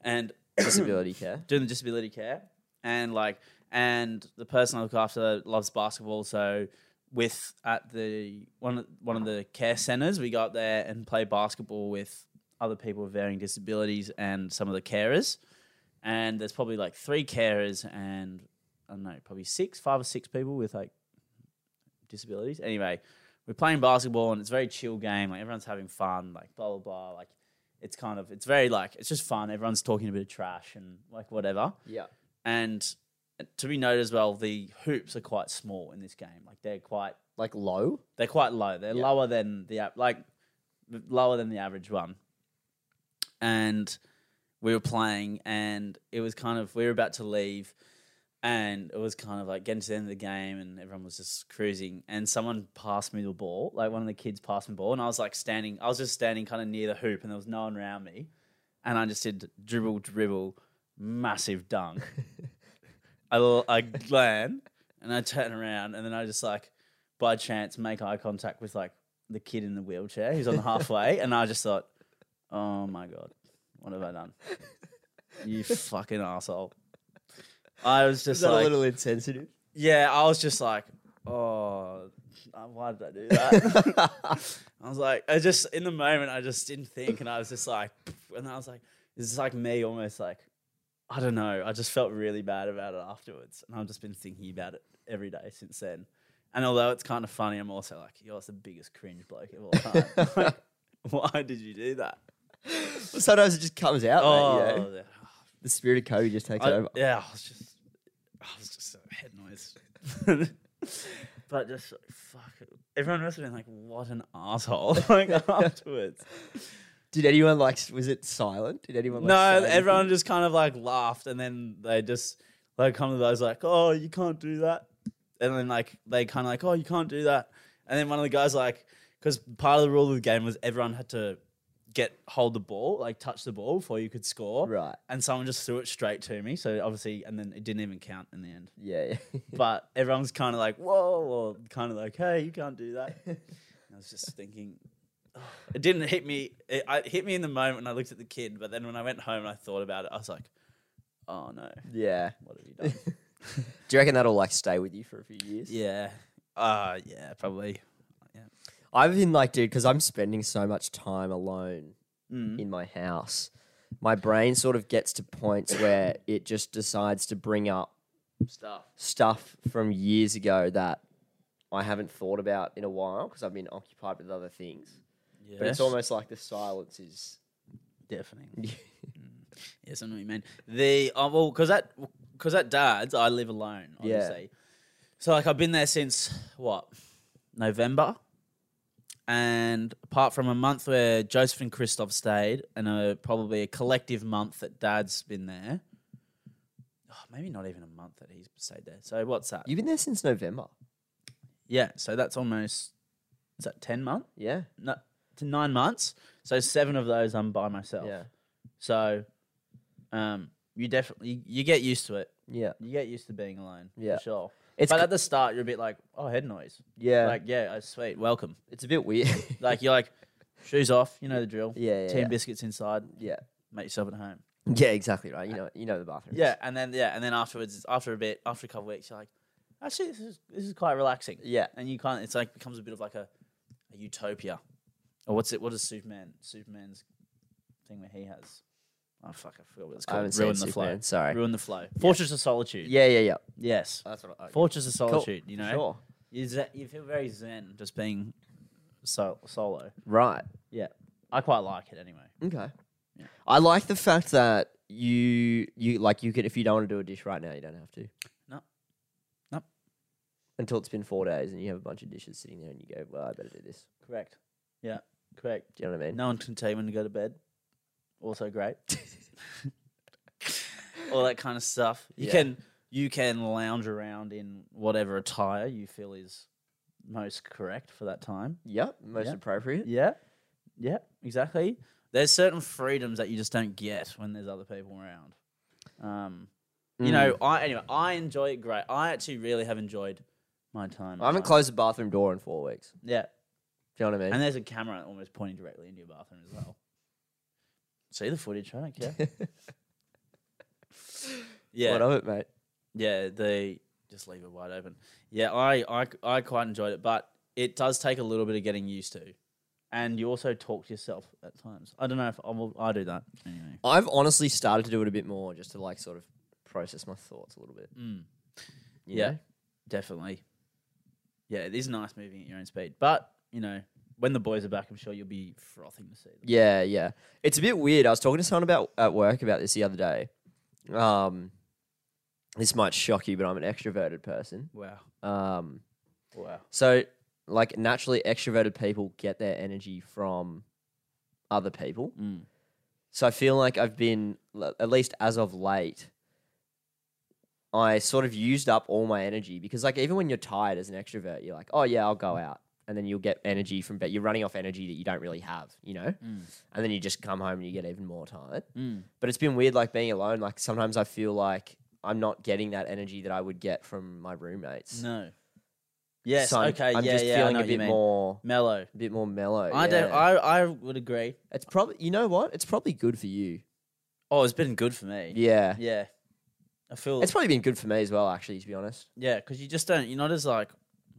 [SPEAKER 2] and
[SPEAKER 1] Disability care.
[SPEAKER 2] doing the disability care and like and the person I look after loves basketball so with at the one of- one of the care centers we go up there and play basketball with other people with varying disabilities and some of the carers and there's probably like three carers and I don't know probably six five or six people with like disabilities anyway we're playing basketball and it's a very chill game like everyone's having fun like blah blah blah like it's kind of it's very like it's just fun everyone's talking a bit of trash and like whatever
[SPEAKER 1] Yeah.
[SPEAKER 2] and to be noted as well the hoops are quite small in this game like they're quite
[SPEAKER 1] Like low.
[SPEAKER 2] they're quite low they're
[SPEAKER 1] Yeah.
[SPEAKER 2] lower than the av- like lower than the average one and we were playing and it was kind of we were about to leave and it was kind of like getting to the end of the game and everyone was just cruising and someone passed me the ball like one of the kids passed me the ball and i was like standing i was just standing kind of near the hoop and there was no one around me and i just did dribble dribble massive dunk I, l- I land and i turn around and then i just like by chance make eye contact with like the kid in the wheelchair who's on halfway and i just thought oh my god what have i done you fucking asshole i was just
[SPEAKER 1] Is that
[SPEAKER 2] like
[SPEAKER 1] a little insensitive?
[SPEAKER 2] yeah, I was just like, oh, uh, why did I do that? I was like, I just in the moment, I just didn't think, and I was just like, and I was like, this is like me almost like, I don't know. I just felt really bad about it afterwards, and I've just been thinking about it every day since then. And although it's kind of funny, I'm also like, you're the biggest cringe bloke of all time. Like, why did you do that?
[SPEAKER 1] Sometimes it just comes out.
[SPEAKER 2] Oh,
[SPEAKER 1] mate, you know?
[SPEAKER 2] yeah.
[SPEAKER 1] The spirit of Kobe just takes
[SPEAKER 2] I-
[SPEAKER 1] over.
[SPEAKER 2] yeah, I was just, I was just a head noise. but just like, fuck it. Everyone must have been like, what an asshole. Like afterwards.
[SPEAKER 1] Did anyone like? s- Was it silent? Did anyone? Like,
[SPEAKER 2] no,
[SPEAKER 1] say
[SPEAKER 2] everyone
[SPEAKER 1] anything?
[SPEAKER 2] just kind of like laughed and then they just like come to those like, oh, you can't do that. And then like they kind of like, oh, you can't do that. And then one of the guys like, because part of the rule of the game was everyone had to get hold the ball, like touch the ball before you could score.
[SPEAKER 1] Right.
[SPEAKER 2] And someone just threw it straight to me. So obviously, and then it didn't even count in the end.
[SPEAKER 1] Yeah. yeah.
[SPEAKER 2] But everyone was kind of like, whoa, or kind of like, hey, you can't do that. And I was just thinking, it didn't hit me. It, I- it hit me in the moment when I looked at the kid, but then when I went home and I thought about it, I was like, oh no,
[SPEAKER 1] yeah.
[SPEAKER 2] what have you done?
[SPEAKER 1] Do you reckon that'll like stay with you for a few years?
[SPEAKER 2] yeah. Uh, yeah, probably.
[SPEAKER 1] I've been like, dude, because I'm spending so much time alone
[SPEAKER 2] Mm.
[SPEAKER 1] in my house. My brain sort of gets to points where it just decides to bring up
[SPEAKER 2] Stuff.
[SPEAKER 1] stuff from years ago that I haven't thought about in a while because I've been occupied with other things.
[SPEAKER 2] Yes.
[SPEAKER 1] But it's almost like the silence is.
[SPEAKER 2] Deafening. Mm. yes, I know what you mean. The oh, well, because that because at dad's, I live alone.
[SPEAKER 1] Yeah.
[SPEAKER 2] Obviously. So like I've been there since what November, and apart from a month where Joseph and Christoph stayed, and a, probably a collective month that dad's been there. Oh, maybe not even a month that he's stayed there. So what's that?
[SPEAKER 1] You've been there since November.
[SPEAKER 2] yeah. So that's almost is that ten months?
[SPEAKER 1] Yeah.
[SPEAKER 2] No, to nine months. So seven of those I'm by myself.
[SPEAKER 1] Yeah.
[SPEAKER 2] So, um, you definitely you get used to it.
[SPEAKER 1] Yeah.
[SPEAKER 2] You get used to being alone.
[SPEAKER 1] Yeah.
[SPEAKER 2] for sure.
[SPEAKER 1] It's
[SPEAKER 2] but
[SPEAKER 1] c-
[SPEAKER 2] at the start, you're a bit like, oh, head noise.
[SPEAKER 1] Yeah.
[SPEAKER 2] Like, yeah, oh, sweet, welcome.
[SPEAKER 1] it's a bit weird.
[SPEAKER 2] Like, you're like, shoes off. You know the drill.
[SPEAKER 1] yeah. Yeah.
[SPEAKER 2] Ten
[SPEAKER 1] yeah.
[SPEAKER 2] biscuits inside.
[SPEAKER 1] yeah.
[SPEAKER 2] Make yourself at home.
[SPEAKER 1] Yeah, exactly right. You know, you know the bathroom.
[SPEAKER 2] Yeah, and then yeah, and then afterwards, after a bit, after a couple weeks, you're like, actually, this is this is quite relaxing.
[SPEAKER 1] Yeah.
[SPEAKER 2] And you kind of it's like becomes a bit of like a, a utopia, or what's it? What is Superman? Superman's thing where he has. Oh fuck! I forgot what it's
[SPEAKER 1] I
[SPEAKER 2] called.
[SPEAKER 1] haven't
[SPEAKER 2] Ruin
[SPEAKER 1] seen
[SPEAKER 2] the flow.
[SPEAKER 1] Superman. Sorry.
[SPEAKER 2] Ruin the flow. Fortress of Solitude.
[SPEAKER 1] Yeah, yeah, yeah.
[SPEAKER 2] Yes.
[SPEAKER 1] That's what I.
[SPEAKER 2] Fortress of Solitude, you know?
[SPEAKER 1] Sure.
[SPEAKER 2] You, ze- you feel very zen just being so- solo.
[SPEAKER 1] Right.
[SPEAKER 2] Yeah. I quite like it anyway.
[SPEAKER 1] Okay.
[SPEAKER 2] Yeah.
[SPEAKER 1] I like the fact that you you like you could if you don't want to do a dish right now, you don't have to.
[SPEAKER 2] No. No.
[SPEAKER 1] Until it's been four days and you have a bunch of dishes sitting there and you go, well, I better do this.
[SPEAKER 2] Correct. Yeah. Correct.
[SPEAKER 1] Do you know what I mean?
[SPEAKER 2] No one can tell you when to go to bed. Also great. All that kind of stuff. You
[SPEAKER 1] Yeah.
[SPEAKER 2] can you can lounge around in whatever attire you feel is most correct for that time.
[SPEAKER 1] Yep. Most
[SPEAKER 2] Yeah.
[SPEAKER 1] appropriate.
[SPEAKER 2] Yeah. Yeah, exactly. There's certain freedoms that you just don't get when there's other people around. Um, you know,
[SPEAKER 1] Hmm.
[SPEAKER 2] I anyway, I enjoy it great. I actually really have enjoyed my time.
[SPEAKER 1] Mm. I haven't
[SPEAKER 2] at home.
[SPEAKER 1] closed the bathroom door in four weeks.
[SPEAKER 2] Yeah.
[SPEAKER 1] Do you know what I mean?
[SPEAKER 2] uh, And there's a camera almost pointing directly into your bathroom as well. See the footage, I don't care. yeah.
[SPEAKER 1] What of it, mate?
[SPEAKER 2] Yeah, they just leave it wide open. Yeah, I, I, I quite enjoyed it, but it does take a little bit of getting used to. And you also talk to yourself at times. I don't know if I'm, I do that anyway.
[SPEAKER 1] I've honestly started to do it a bit more just to like sort of process my thoughts a little bit.
[SPEAKER 2] Mm,
[SPEAKER 1] you
[SPEAKER 2] Yeah.
[SPEAKER 1] know?
[SPEAKER 2] definitely. Yeah, it is nice moving at your own speed. But, you know, when the boys are back, I'm sure you'll be frothing to see them.
[SPEAKER 1] Yeah, yeah. It's a bit weird. I was talking to someone about at work about this the other day. Um, this might shock you, but I'm an extroverted person.
[SPEAKER 2] Wow.
[SPEAKER 1] Um,
[SPEAKER 2] Wow.
[SPEAKER 1] so like naturally, extroverted people get their energy from other people.
[SPEAKER 2] Mm.
[SPEAKER 1] So I feel like I've been l- at least as of late. I sort of used up all my energy because like even when you're tired as an extrovert, you're like, oh yeah, I'll go out. And then you'll get energy from, but you're running off energy that you don't really have, you know?
[SPEAKER 2] Mm.
[SPEAKER 1] And then you just come home and you get even more tired
[SPEAKER 2] Mm.
[SPEAKER 1] but it's been weird like being alone like sometimes i feel like i'm not getting that energy that i would get from my roommates
[SPEAKER 2] No. Yes,
[SPEAKER 1] So I'm-
[SPEAKER 2] okay,
[SPEAKER 1] i'm
[SPEAKER 2] yeah,
[SPEAKER 1] just
[SPEAKER 2] yeah, I
[SPEAKER 1] feeling
[SPEAKER 2] know
[SPEAKER 1] a
[SPEAKER 2] what you
[SPEAKER 1] bit
[SPEAKER 2] mean.
[SPEAKER 1] more
[SPEAKER 2] mellow.
[SPEAKER 1] a bit more mellow
[SPEAKER 2] I,
[SPEAKER 1] yeah.
[SPEAKER 2] don't, I, I would agree.
[SPEAKER 1] it's probably you know what it's probably good for you
[SPEAKER 2] Oh, it's been good for me.
[SPEAKER 1] yeah
[SPEAKER 2] Yeah. I feel
[SPEAKER 1] it's probably been good for me as well actually to be honest
[SPEAKER 2] Yeah, because you just don't. You're not as like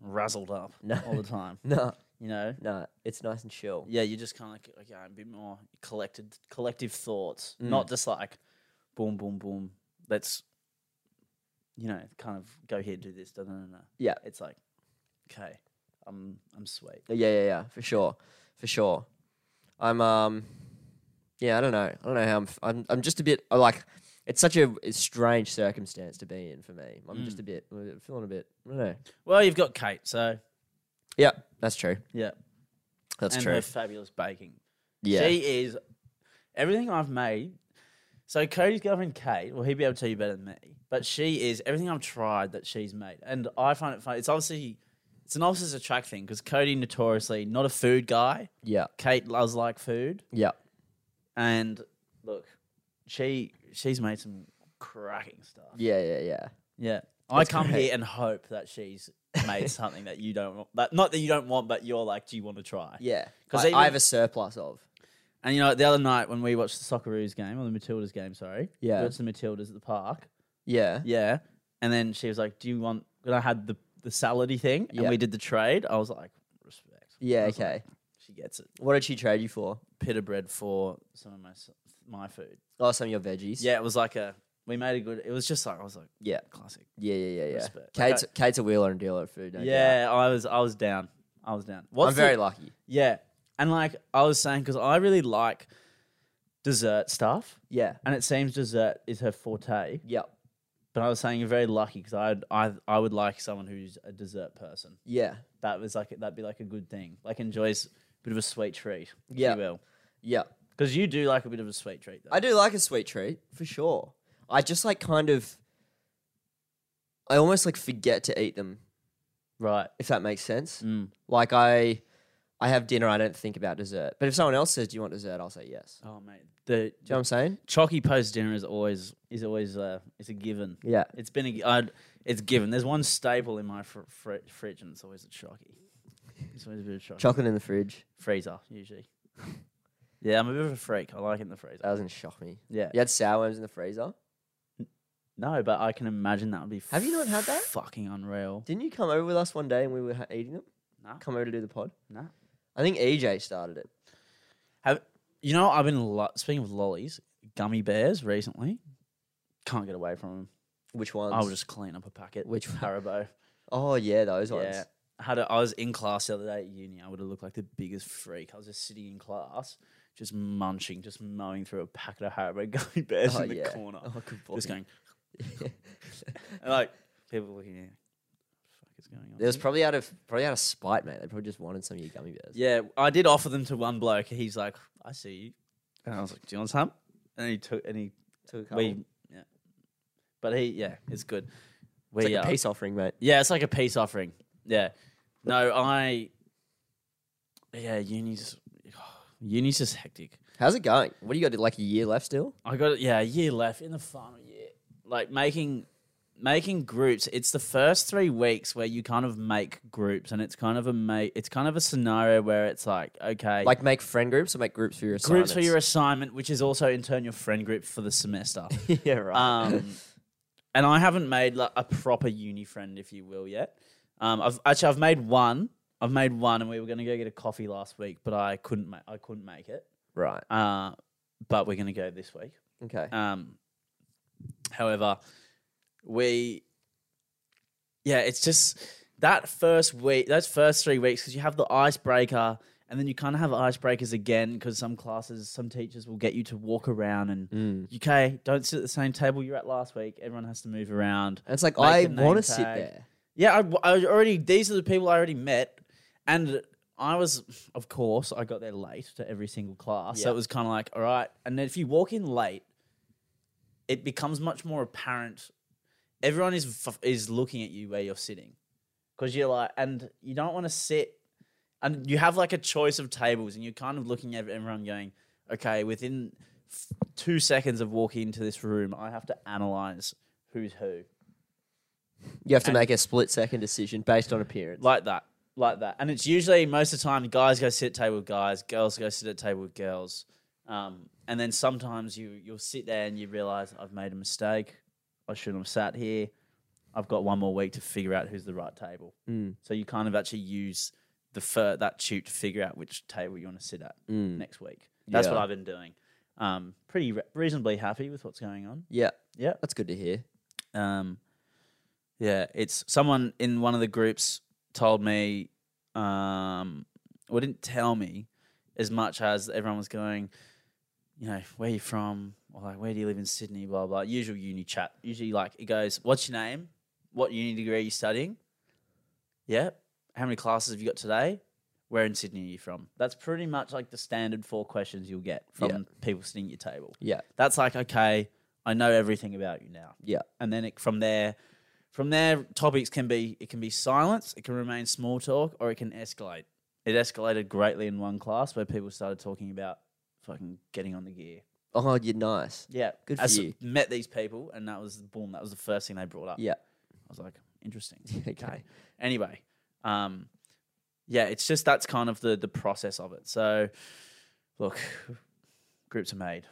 [SPEAKER 2] razzled up
[SPEAKER 1] No.
[SPEAKER 2] all the time.
[SPEAKER 1] no
[SPEAKER 2] You know.
[SPEAKER 1] no it's nice and chill
[SPEAKER 2] Yeah, you're just kind of like okay, a bit more collected, collective thoughts,
[SPEAKER 1] Mm.
[SPEAKER 2] not just like boom, boom, boom. Let's you know, kind of go here, do this, da da da. da.
[SPEAKER 1] Yeah.
[SPEAKER 2] it's like okay, I'm I'm sweet.
[SPEAKER 1] yeah yeah yeah for sure for sure i'm um yeah i don't know i don't know how i'm f- i'm, I'm just a bit I like It's such a, a strange circumstance to be in for me. I'm
[SPEAKER 2] Mm.
[SPEAKER 1] just a bit I'm feeling a bit. I don't know.
[SPEAKER 2] Well, you've got Kate, so
[SPEAKER 1] Yeah, that's true.
[SPEAKER 2] yeah,
[SPEAKER 1] That's
[SPEAKER 2] and
[SPEAKER 1] true.
[SPEAKER 2] her fabulous baking.
[SPEAKER 1] yeah,
[SPEAKER 2] She is everything I've made. So Cody's girlfriend Kate, well, he'd be able to tell you better than me, but she is everything I've tried that she's made, and I find it fun. It's obviously it's an opposite attract thing because Cody notoriously not a food guy.
[SPEAKER 1] yeah,
[SPEAKER 2] Kate loves like food,
[SPEAKER 1] yeah.
[SPEAKER 2] and look, she she's made some cracking stuff.
[SPEAKER 1] Yeah, yeah, yeah.
[SPEAKER 2] Yeah. I come
[SPEAKER 1] great.
[SPEAKER 2] here and hope that she's made something that you don't want, that not that you don't want, but you're like, do you want to try?
[SPEAKER 1] Yeah.
[SPEAKER 2] 'Cause
[SPEAKER 1] I,
[SPEAKER 2] even-
[SPEAKER 1] I have a surplus of.
[SPEAKER 2] And you know, the other night when we watched the Socceroos game or the Matildas game, sorry,
[SPEAKER 1] Yeah.
[SPEAKER 2] we watched the Matildas at the park.
[SPEAKER 1] Yeah.
[SPEAKER 2] Yeah, and then she was like, "Do you want?" When I had the the salady thing, and
[SPEAKER 1] Yeah.
[SPEAKER 2] we did the trade, I was like, "Respect."
[SPEAKER 1] Yeah,
[SPEAKER 2] I was like,
[SPEAKER 1] okay.
[SPEAKER 2] she gets it.
[SPEAKER 1] What did she trade you for?
[SPEAKER 2] Pita bread for some of my s- my food.
[SPEAKER 1] Oh, some of your veggies.
[SPEAKER 2] Yeah, it was like a we made a good. It was just like I was like,
[SPEAKER 1] Yeah.
[SPEAKER 2] classic.
[SPEAKER 1] Yeah, yeah, yeah, yeah.
[SPEAKER 2] Respect. Like,
[SPEAKER 1] Kate's, Kate's a wheeler and dealer of food. No doubt.
[SPEAKER 2] yeah, I was I was down. I was down. What's
[SPEAKER 1] I'm
[SPEAKER 2] the-
[SPEAKER 1] very lucky.
[SPEAKER 2] Yeah. And like I was saying, because I really like dessert stuff,
[SPEAKER 1] Yeah.
[SPEAKER 2] and it seems dessert is her forte.
[SPEAKER 1] Yep.
[SPEAKER 2] But I was saying you're very lucky because I I I would like someone who's a dessert person.
[SPEAKER 1] Yeah.
[SPEAKER 2] That was like that'd be like a good thing. Like enjoys a bit of a sweet treat, if
[SPEAKER 1] Yeah.
[SPEAKER 2] you will.
[SPEAKER 1] Yeah.
[SPEAKER 2] Because you do like a bit of a sweet treat, though.
[SPEAKER 1] I do like a sweet treat for sure. I just like kind of, I almost like forget to eat them
[SPEAKER 2] right.
[SPEAKER 1] if that makes sense.
[SPEAKER 2] Mm.
[SPEAKER 1] Like I, I have dinner. I don't think about dessert. But if someone else says, "Do you want dessert?" I'll say yes.
[SPEAKER 2] Oh mate, the
[SPEAKER 1] Do you know what I'm saying?
[SPEAKER 2] chalky post dinner is always is always uh it's a given.
[SPEAKER 1] Yeah.
[SPEAKER 2] It's been a gi- I'd, it's given. There's one staple in my fr- fr- fridge, and it's always a chalky. It's always a bit of chalky.
[SPEAKER 1] Chocolate in the fridge
[SPEAKER 2] freezer usually. yeah, I'm a bit of a freak. I like it in the freezer.
[SPEAKER 1] that doesn't shock me.
[SPEAKER 2] Yeah.
[SPEAKER 1] You had sour worms in the freezer.
[SPEAKER 2] No, but I can imagine that would be.
[SPEAKER 1] Have you not had that?
[SPEAKER 2] Fucking unreal.
[SPEAKER 1] Didn't you come over with us one day and we were ha- eating them?
[SPEAKER 2] No.
[SPEAKER 1] Come over to do the pod.
[SPEAKER 2] No.
[SPEAKER 1] I think EJ started it.
[SPEAKER 2] Have you know? I've been lo- speaking of lollies, gummy bears recently. Can't get away from them.
[SPEAKER 1] Which ones?
[SPEAKER 2] I'll just clean up a packet.
[SPEAKER 1] Which one?
[SPEAKER 2] Haribo?
[SPEAKER 1] Oh yeah, those ones.
[SPEAKER 2] Yeah. Had a, I was in class the other day at uni. I would have looked like the biggest freak. I was just sitting in class, just munching, just mowing through a packet of Haribo gummy bears
[SPEAKER 1] Oh,
[SPEAKER 2] in the
[SPEAKER 1] yeah.
[SPEAKER 2] corner,
[SPEAKER 1] Oh, good boy.
[SPEAKER 2] just going. And like people looking at me, fuck is going on?
[SPEAKER 1] It was
[SPEAKER 2] here?"
[SPEAKER 1] probably out of probably out of spite, mate. They probably just wanted some of your gummy bears.
[SPEAKER 2] yeah, I did offer them to one bloke. He's like, I see you, and I was like, Do you want some? And he took, and he,
[SPEAKER 1] Took a couple.
[SPEAKER 2] we, yeah, but he, yeah, it's good. We,
[SPEAKER 1] it's like
[SPEAKER 2] uh,
[SPEAKER 1] a peace offering, mate.
[SPEAKER 2] yeah, it's like a peace offering. Yeah, no, I, yeah, uni's, uni's just hectic.
[SPEAKER 1] How's it going? What do you got? Like a year left still?
[SPEAKER 2] I got yeah, a year left in the final year. Like making making groups. It's the first three weeks where you kind of make groups, and it's kind of a make. It's kind of a scenario where it's like okay,
[SPEAKER 1] Like make friend groups or make groups for your
[SPEAKER 2] groups
[SPEAKER 1] assignments?
[SPEAKER 2] for your assignment, which is also in turn your friend group for the semester.
[SPEAKER 1] yeah, right.
[SPEAKER 2] um, and I haven't made like, a proper uni friend, if you will, yet. Um, I've actually I've made one. I've made one, and we were gonna go get a coffee last week, but I couldn't. Ma- I couldn't make it.
[SPEAKER 1] right.
[SPEAKER 2] Uh, but we're gonna go this week.
[SPEAKER 1] Okay.
[SPEAKER 2] Um, however, we, yeah, it's just that first week, those first three weeks, because you have the icebreaker, and then you kind of have icebreakers again, because some classes, some teachers will get you to walk around and
[SPEAKER 1] Mm.
[SPEAKER 2] okay, don't sit at the same table you're at last week. Everyone has to move around.
[SPEAKER 1] And it's like
[SPEAKER 2] Make
[SPEAKER 1] I
[SPEAKER 2] a name
[SPEAKER 1] want to sit
[SPEAKER 2] tag.
[SPEAKER 1] there.
[SPEAKER 2] Yeah, I, I already these are the people I already met, and I was, of course, I got there late to every single class. So
[SPEAKER 1] Yeah.
[SPEAKER 2] it was kind of like, all right. And then if you walk in late, it becomes much more apparent. Everyone is f- is looking at you where you're sitting, because you're like, and you don't want to sit, and you have like a choice of tables, and you're kind of looking at everyone going, okay, within f- two seconds of walking into this room, I have to analyze who's who.
[SPEAKER 1] You have to
[SPEAKER 2] And-
[SPEAKER 1] make a split second decision based on appearance.
[SPEAKER 2] Like that. Like that. And it's usually most of the time guys go sit at table with guys, girls go sit at table with girls. Um, and then sometimes you you'll sit there and you realise I've made a mistake. I shouldn't have sat here. I've got one more week to figure out who's the right table.
[SPEAKER 1] Mm.
[SPEAKER 2] So you kind of actually use the fir- that shoot to figure out which table you want to sit at
[SPEAKER 1] Mm.
[SPEAKER 2] next week. That's what
[SPEAKER 1] Yeah.
[SPEAKER 2] I've been doing. Um, pretty re- reasonably happy with what's going on.
[SPEAKER 1] Yeah.
[SPEAKER 2] Yeah.
[SPEAKER 1] That's good to hear.
[SPEAKER 2] Um, yeah, it's someone in one of the groups told me, um, or didn't tell me as much as everyone was going, you know, where you from? or like, where do you live in Sydney? Blah blah. Usual uni chat. Usually, like it goes, what's your name? What uni degree are you studying? Yeah. How many classes have you got today? Where in Sydney are you from? That's pretty much like the standard four questions you'll get from
[SPEAKER 1] Yeah.
[SPEAKER 2] people sitting at your table.
[SPEAKER 1] Yeah.
[SPEAKER 2] That's like, okay, I know everything about you now.
[SPEAKER 1] Yeah.
[SPEAKER 2] And then it, from there, from there, topics can be it can be silence, it can remain small talk, or it can escalate. It escalated greatly in one class where people started talking about fucking getting on the gear.
[SPEAKER 1] Oh, you're nice.
[SPEAKER 2] Yeah,
[SPEAKER 1] Good
[SPEAKER 2] I
[SPEAKER 1] for
[SPEAKER 2] s-
[SPEAKER 1] you.
[SPEAKER 2] Met these people, and that was boom. That was the first thing they brought up.
[SPEAKER 1] Yeah.
[SPEAKER 2] I was like, interesting.
[SPEAKER 1] Okay.
[SPEAKER 2] Anyway, um, yeah, it's just that's kind of the the process of it. So, look, groups are made,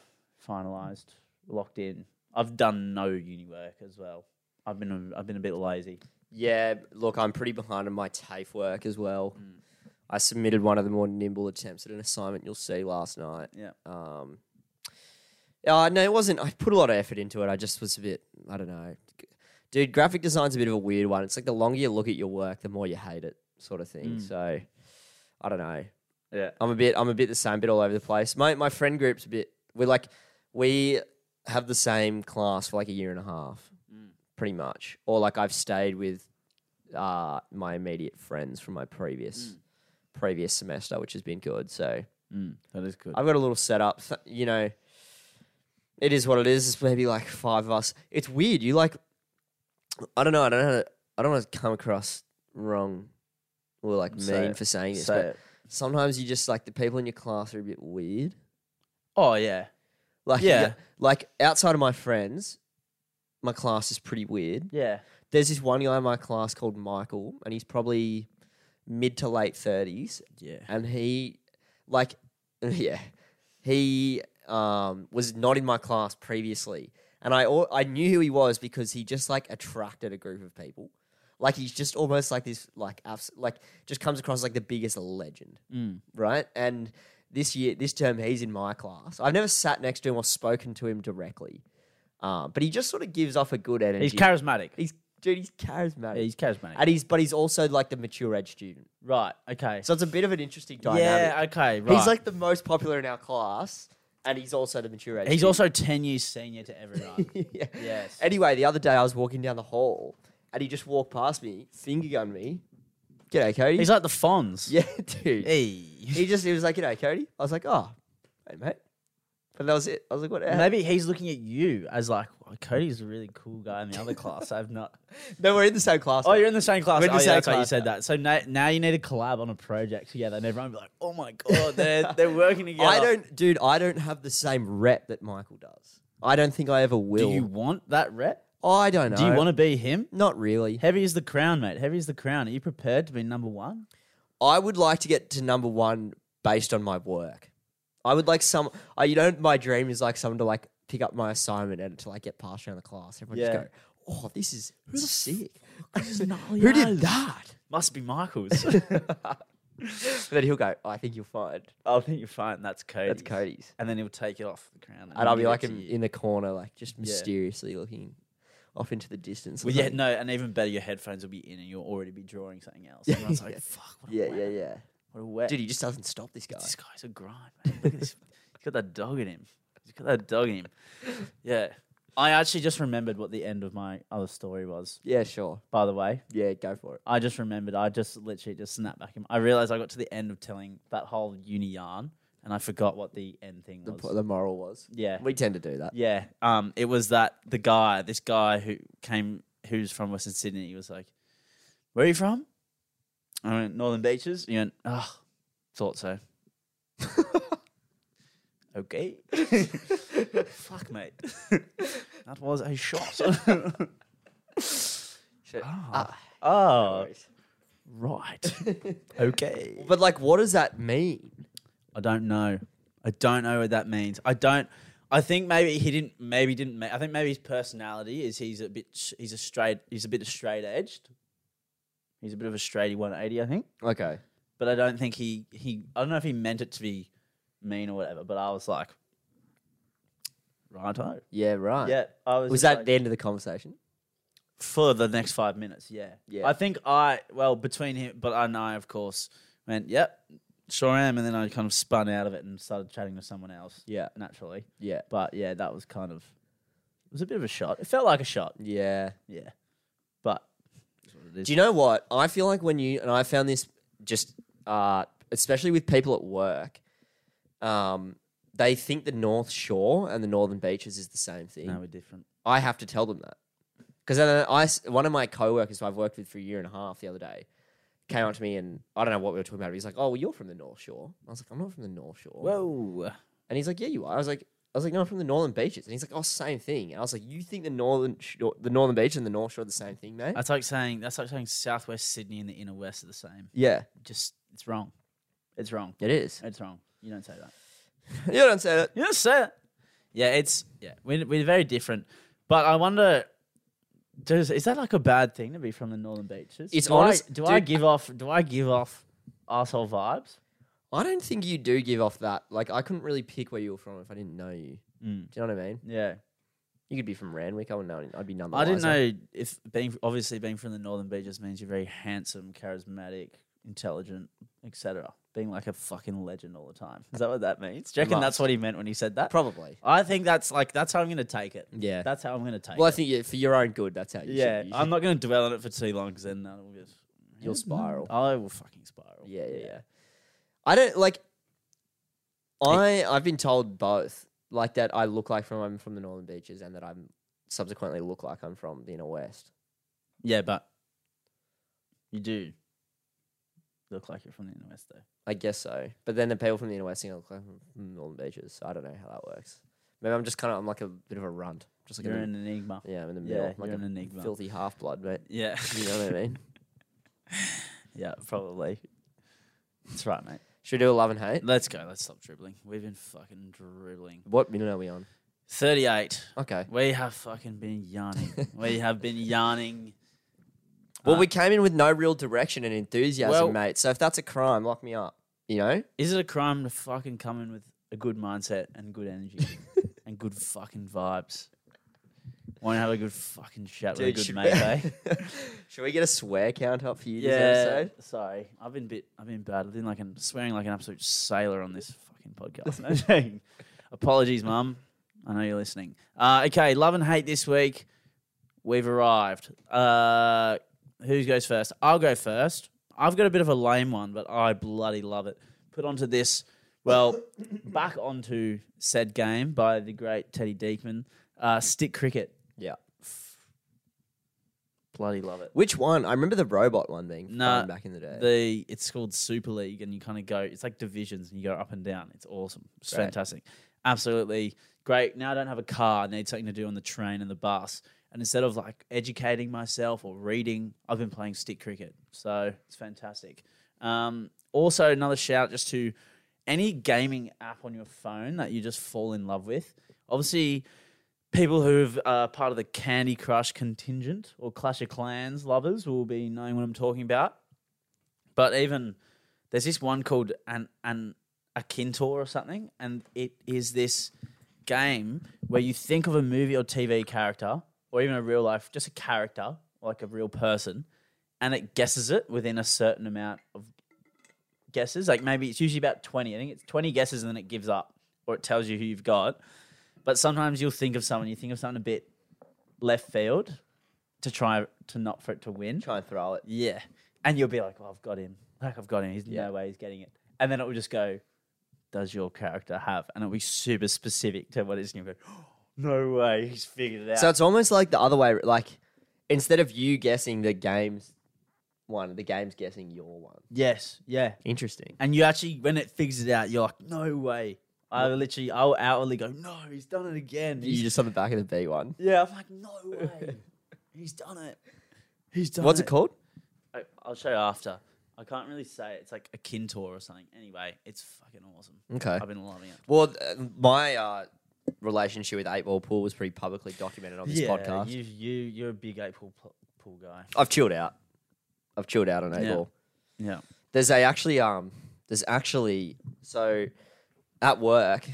[SPEAKER 2] finalized, locked in. I've done no uni work as well. I've been a, I've been a bit lazy.
[SPEAKER 1] Yeah. Look, I'm pretty behind on my TAFE work as well.
[SPEAKER 2] Mm.
[SPEAKER 1] I submitted one of the more nimble attempts at an assignment you'll see last night.
[SPEAKER 2] Yeah.
[SPEAKER 1] Um, uh, no, it wasn't. I put a lot of effort into it. I just was a bit, I don't know. Dude, graphic design's a bit of a weird one. It's like the longer you look at your work, the more you hate it, sort of thing.
[SPEAKER 2] Mm.
[SPEAKER 1] So I don't know.
[SPEAKER 2] Yeah.
[SPEAKER 1] I'm a bit I'm a bit the same, bit all over the place. My my friend group's a bit we're like we have the same class for like a year and a half,
[SPEAKER 2] Mm.
[SPEAKER 1] pretty much. Or like I've stayed with uh my immediate friends from my previous previous semester, which has been good. So
[SPEAKER 2] Mm, that is good.
[SPEAKER 1] I've got a little setup. th- You know, it is what it is. It's maybe like five of us. It's weird. You like, I don't know. I don't know. How to, I don't want to come across wrong or like mean
[SPEAKER 2] Say it.
[SPEAKER 1] for saying this,
[SPEAKER 2] Say
[SPEAKER 1] but
[SPEAKER 2] it.
[SPEAKER 1] sometimes you just like the people in your class are a bit weird.
[SPEAKER 2] Oh yeah.
[SPEAKER 1] Like
[SPEAKER 2] Yeah.
[SPEAKER 1] yeah, like outside of my friends, my class is pretty weird.
[SPEAKER 2] Yeah.
[SPEAKER 1] There's this one guy in my class called Michael, and he's probably mid to late thirties,
[SPEAKER 2] Yeah.
[SPEAKER 1] and he like yeah he um was not in my class previously and i al- i knew who he was because he just like attracted a group of people like he's just almost like this like abs- like just comes across like the biggest legend
[SPEAKER 2] Mm.
[SPEAKER 1] right and this year this term he's in my class i've never sat next to him or spoken to him directly um, but he just sort of gives off a good energy
[SPEAKER 2] He's charismatic.
[SPEAKER 1] he's dude he's charismatic
[SPEAKER 2] Yeah, he's charismatic.
[SPEAKER 1] and he's but he's also like the mature edge student
[SPEAKER 2] right. Okay.
[SPEAKER 1] so it's a bit of an interesting dynamic
[SPEAKER 2] yeah. Okay. Right.
[SPEAKER 1] He's like the most popular in our class, and he's also the mature age.
[SPEAKER 2] he's
[SPEAKER 1] kid.
[SPEAKER 2] also ten years senior to everyone.
[SPEAKER 1] yeah.
[SPEAKER 2] yes.
[SPEAKER 1] Anyway, the other day I was walking down the hall, and he just walked past me, finger gunned me. G'day, Cody.
[SPEAKER 2] He's like the Fonz.
[SPEAKER 1] yeah, dude.
[SPEAKER 2] Hey.
[SPEAKER 1] He just he was like, "G'day, Cody." I was like, "Oh, hey, mate." But that was it. I was like, "What?" the hell?"
[SPEAKER 2] Maybe he's looking at you as like, well, Cody's a really cool guy in the other class. I've not.
[SPEAKER 1] No, we're in the same class.
[SPEAKER 2] Oh,
[SPEAKER 1] mate.
[SPEAKER 2] you're in the same class.
[SPEAKER 1] We're in the
[SPEAKER 2] oh,
[SPEAKER 1] same
[SPEAKER 2] yeah, that's why you
[SPEAKER 1] class
[SPEAKER 2] said that. So now, now you need to collab on a project together, and everyone will be like, oh my god, they're they're working together.
[SPEAKER 1] I don't, dude. I don't have the same rep that Michael does. I don't think I ever will.
[SPEAKER 2] Do you want that rep?
[SPEAKER 1] I don't know.
[SPEAKER 2] Do you want to be him?
[SPEAKER 1] Not really.
[SPEAKER 2] Heavy is the crown, mate. Heavy is the crown. Are you prepared to be number one?
[SPEAKER 1] I would like to get to number one based on my work. I would like some. I, you know, my dream is like someone to like pick up my assignment and to like get passed around the class. Everyone
[SPEAKER 2] Yeah.
[SPEAKER 1] just go, "Oh, this is sick!
[SPEAKER 2] Who
[SPEAKER 1] Who did that?"
[SPEAKER 2] Must be Michael's.
[SPEAKER 1] then he'll go, "I think you'll find
[SPEAKER 2] I think you're fine. That's Cody.
[SPEAKER 1] that's Cody's,"
[SPEAKER 2] And then he'll take it off the crown,
[SPEAKER 1] and I'll be
[SPEAKER 2] give it
[SPEAKER 1] like
[SPEAKER 2] to
[SPEAKER 1] in,
[SPEAKER 2] you.
[SPEAKER 1] in the corner, like just mysteriously looking off into the distance. or
[SPEAKER 2] Well, yeah,
[SPEAKER 1] something.
[SPEAKER 2] no, and even better, your headphones will be in, and you'll already be drawing something else. Everyone's like,
[SPEAKER 1] Yeah.
[SPEAKER 2] "Fuck, what a
[SPEAKER 1] yeah,
[SPEAKER 2] whack,
[SPEAKER 1] yeah, yeah.
[SPEAKER 2] what a wet."
[SPEAKER 1] Dude, he just doesn't stop this guy.
[SPEAKER 2] this guy's a grind. Man. Look at this. He's got that dog in him. He's got that dog in him. Yeah, I actually just remembered what the end of my other story was.
[SPEAKER 1] Yeah, sure.
[SPEAKER 2] By the way,
[SPEAKER 1] Yeah, go for it.
[SPEAKER 2] I just remembered. I just literally just snapped back. in- I realized I got to the end of telling that whole uni yarn, and I forgot what the end thing
[SPEAKER 1] The,
[SPEAKER 2] was.
[SPEAKER 1] po- the moral was,
[SPEAKER 2] yeah,
[SPEAKER 1] we tend to do that.
[SPEAKER 2] yeah. Um, it was that the guy, this guy who came, who's from Western Sydney, he was like, "Where are you from?" I went Northern Beaches. He went, "Oh, thought so." okay, fuck, mate. that was a shot.
[SPEAKER 1] Shit.
[SPEAKER 2] Ah.
[SPEAKER 1] Ah, no
[SPEAKER 2] oh,
[SPEAKER 1] worries.
[SPEAKER 2] right. Okay.
[SPEAKER 1] But like, what does that mean?
[SPEAKER 2] I don't know. I don't know what that means. I don't. I think maybe he didn't. Maybe didn't. ma- I think maybe his personality is he's a bit. s- He's a straight. He's a bit straight edged. He's a bit of a straighty one eighty. I think.
[SPEAKER 1] Okay.
[SPEAKER 2] But I don't think he he. I don't know if he meant it to be mean or whatever. But I was like, righto.
[SPEAKER 1] Yeah. Right.
[SPEAKER 2] Yeah. I was.
[SPEAKER 1] Was
[SPEAKER 2] just
[SPEAKER 1] that
[SPEAKER 2] like-
[SPEAKER 1] the end of the conversation?
[SPEAKER 2] for the next five minutes. Yeah.
[SPEAKER 1] Yeah.
[SPEAKER 2] I think I well between him, but I and I of course went. Yep. Sure am. And then I kind of spun out of it and started chatting to someone else
[SPEAKER 1] Yeah,
[SPEAKER 2] naturally.
[SPEAKER 1] yeah,
[SPEAKER 2] But yeah, that was kind of it was a bit of a shot. It felt like a shot.
[SPEAKER 1] yeah.
[SPEAKER 2] Yeah, but that's what it is.
[SPEAKER 1] Do you know what? I feel like when you and I found this just uh, especially with people at work, um, they think the North Shore and the Northern Beaches is the same thing.
[SPEAKER 2] no, we're different.
[SPEAKER 1] I have to tell them that because then I s- one of my coworkers who I've worked with for a year and a half the other day came up to me and I don't know what we were talking about. But he's like, "Oh, well, you're from the North Shore." I was like, "I'm not from the North Shore."
[SPEAKER 2] Whoa,
[SPEAKER 1] And he's like, "Yeah, you are." I was like, "I was like, no, I'm from the Northern Beaches." And he's like, "Oh, same thing." And I was like, "You think the Northern Shore, the Northern Beach and the North Shore are the same thing, mate?"
[SPEAKER 2] that's like saying that's like saying Southwest Sydney and the Inner West are the same.
[SPEAKER 1] yeah,
[SPEAKER 2] Just it's wrong. It's wrong.
[SPEAKER 1] it is.
[SPEAKER 2] It's wrong. You don't say that.
[SPEAKER 1] you don't say that.
[SPEAKER 2] You don't say that. Yeah, it's yeah. We're we're very different. But I wonder. Does, is that like a bad thing to be from the northern beaches?
[SPEAKER 1] It's
[SPEAKER 2] do I-
[SPEAKER 1] honest-
[SPEAKER 2] do I
[SPEAKER 1] dude,
[SPEAKER 2] give off? Do I give off asshole vibes?
[SPEAKER 1] I don't think you do give off that. Like, I couldn't really pick where you were from if I didn't know you. Do you know what I mean?
[SPEAKER 2] Mm. Yeah,
[SPEAKER 1] You could be from Randwick. I wouldn't know. any- I'd be none the
[SPEAKER 2] I didn't
[SPEAKER 1] wiser.
[SPEAKER 2] know if being obviously being from the northern beaches means you're very handsome, charismatic, intelligent, etc. Being like a fucking legend all the time. Is that what that means? Do you reckon that's
[SPEAKER 1] Must.
[SPEAKER 2] what he meant when he said that?
[SPEAKER 1] Probably.
[SPEAKER 2] I think that's like that's how I'm gonna take it.
[SPEAKER 1] Yeah.
[SPEAKER 2] That's how I'm gonna take
[SPEAKER 1] well, I
[SPEAKER 2] it.
[SPEAKER 1] think yeah, for your own good, that's how you
[SPEAKER 2] yeah,
[SPEAKER 1] should. you
[SPEAKER 2] I'm
[SPEAKER 1] should-
[SPEAKER 2] not gonna dwell on it for too long because then that'll just
[SPEAKER 1] You'll spiral.
[SPEAKER 2] I will fucking spiral.
[SPEAKER 1] yeah, yeah, yeah. I don't like. I I've been told both, like that I look like from I'm from the Northern Beaches, and that I'm subsequently look like I'm from the Inner West.
[SPEAKER 2] Yeah, but you do look like you're from the inner west though.
[SPEAKER 1] I guess so. But then the people from the Inner West think I look like I'm from the Northern Beaches. So I don't know how that works. Maybe I'm just kind of I'm like a bit of a runt, just like
[SPEAKER 2] you're
[SPEAKER 1] in
[SPEAKER 2] an enigma.
[SPEAKER 1] the, yeah, I'm in the middle,
[SPEAKER 2] Yeah,
[SPEAKER 1] like
[SPEAKER 2] you're
[SPEAKER 1] a
[SPEAKER 2] an enigma.
[SPEAKER 1] filthy half blood, mate.
[SPEAKER 2] Yeah,
[SPEAKER 1] You know what I mean?
[SPEAKER 2] yeah, probably. That's right, mate.
[SPEAKER 1] Should we do a love and hate?
[SPEAKER 2] Let's go. Let's stop dribbling. We've been fucking dribbling.
[SPEAKER 1] What minute are we on?
[SPEAKER 2] 38.
[SPEAKER 1] Okay.
[SPEAKER 2] We have fucking been yarning. we have been yarning.
[SPEAKER 1] Well,
[SPEAKER 2] Uh,
[SPEAKER 1] we came in with no real direction and enthusiasm,
[SPEAKER 2] Well-
[SPEAKER 1] mate. So if that's a crime, lock me up. You know?
[SPEAKER 2] Is it a crime to fucking come in with a good mindset and good energy and good fucking vibes? Want to have a good fucking chat with a good
[SPEAKER 1] should,
[SPEAKER 2] mate, eh?
[SPEAKER 1] we, should we get a swear count up for you
[SPEAKER 2] Yeah.
[SPEAKER 1] this episode?
[SPEAKER 2] Sorry, I've been bit. I've been bad. I've been like an, swearing like an absolute sailor on this fucking podcast. No joking. Apologies, mum. I know you're listening. Uh, okay, love and hate this week. We've arrived. Uh, who goes first? I'll go first. I've got a bit of a lame one, but I bloody love it. Put onto this. Well, back onto said game by the great Teddy Deekman. Uh, stick cricket.
[SPEAKER 1] Yeah.
[SPEAKER 2] Bloody love it.
[SPEAKER 1] Which one? I remember the robot one being
[SPEAKER 2] Nah,
[SPEAKER 1] fun back in the day.
[SPEAKER 2] the it's called Super League, and you kind of go. It's like divisions, and you go up and down. It's awesome. It's
[SPEAKER 1] Great.
[SPEAKER 2] fantastic. Absolutely great. Now I don't have a car. I need something to do on the train and the bus. And instead of like educating myself or reading, I've been playing stick cricket. So it's fantastic. Um, also, another shout just to any gaming app on your phone that you just fall in love with. Obviously, people who have uh, part of the Candy Crush contingent or Clash of Clans lovers will be knowing what I'm talking about. But even there's this one called an an Akintor or something, and it is this game where you think of a movie or TV character or even a real life, just a character like a real person, and it guesses it within a certain amount of guesses. Like maybe it's usually about twenty. I think it's twenty guesses, and then it gives up or it tells you who you've got. But sometimes you'll think of someone, you think of someone a bit left field to try to not for it to win.
[SPEAKER 1] Try and throw it.
[SPEAKER 2] Yeah. And you'll be like, well, I've got him. Like, I've got him. He's
[SPEAKER 1] Yeah.
[SPEAKER 2] no way he's getting it. And then it will just go, does your character have? And it'll be super specific to what it's going to go, "Oh, no way, he's figured it out.
[SPEAKER 1] So it's almost like the other way. Like instead of you guessing the game's one, the game's guessing your one.
[SPEAKER 2] yes. Yeah.
[SPEAKER 1] Interesting.
[SPEAKER 2] And you actually, when it figures it out, you're like, no way. I literally, I'll outwardly go, no, he's done it again.
[SPEAKER 1] You
[SPEAKER 2] He's-
[SPEAKER 1] just on the back of the B one.
[SPEAKER 2] yeah. I'm like, no way. he's done it. He's done
[SPEAKER 1] What's
[SPEAKER 2] it
[SPEAKER 1] it called?
[SPEAKER 2] I, I'll show you after. I can't really say it. It's like a kin tour or something. Anyway, it's fucking awesome.
[SPEAKER 1] Okay.
[SPEAKER 2] I've been loving it.
[SPEAKER 1] Well, th- my uh, relationship with Eight Ball Pool was pretty publicly documented on this podcast.
[SPEAKER 2] You, you, you're a big eight pool pu- pool guy.
[SPEAKER 1] I've chilled out. I've chilled out on Eight
[SPEAKER 2] Yeah.
[SPEAKER 1] Ball.
[SPEAKER 2] Yeah.
[SPEAKER 1] There's a actually um there's actually so at work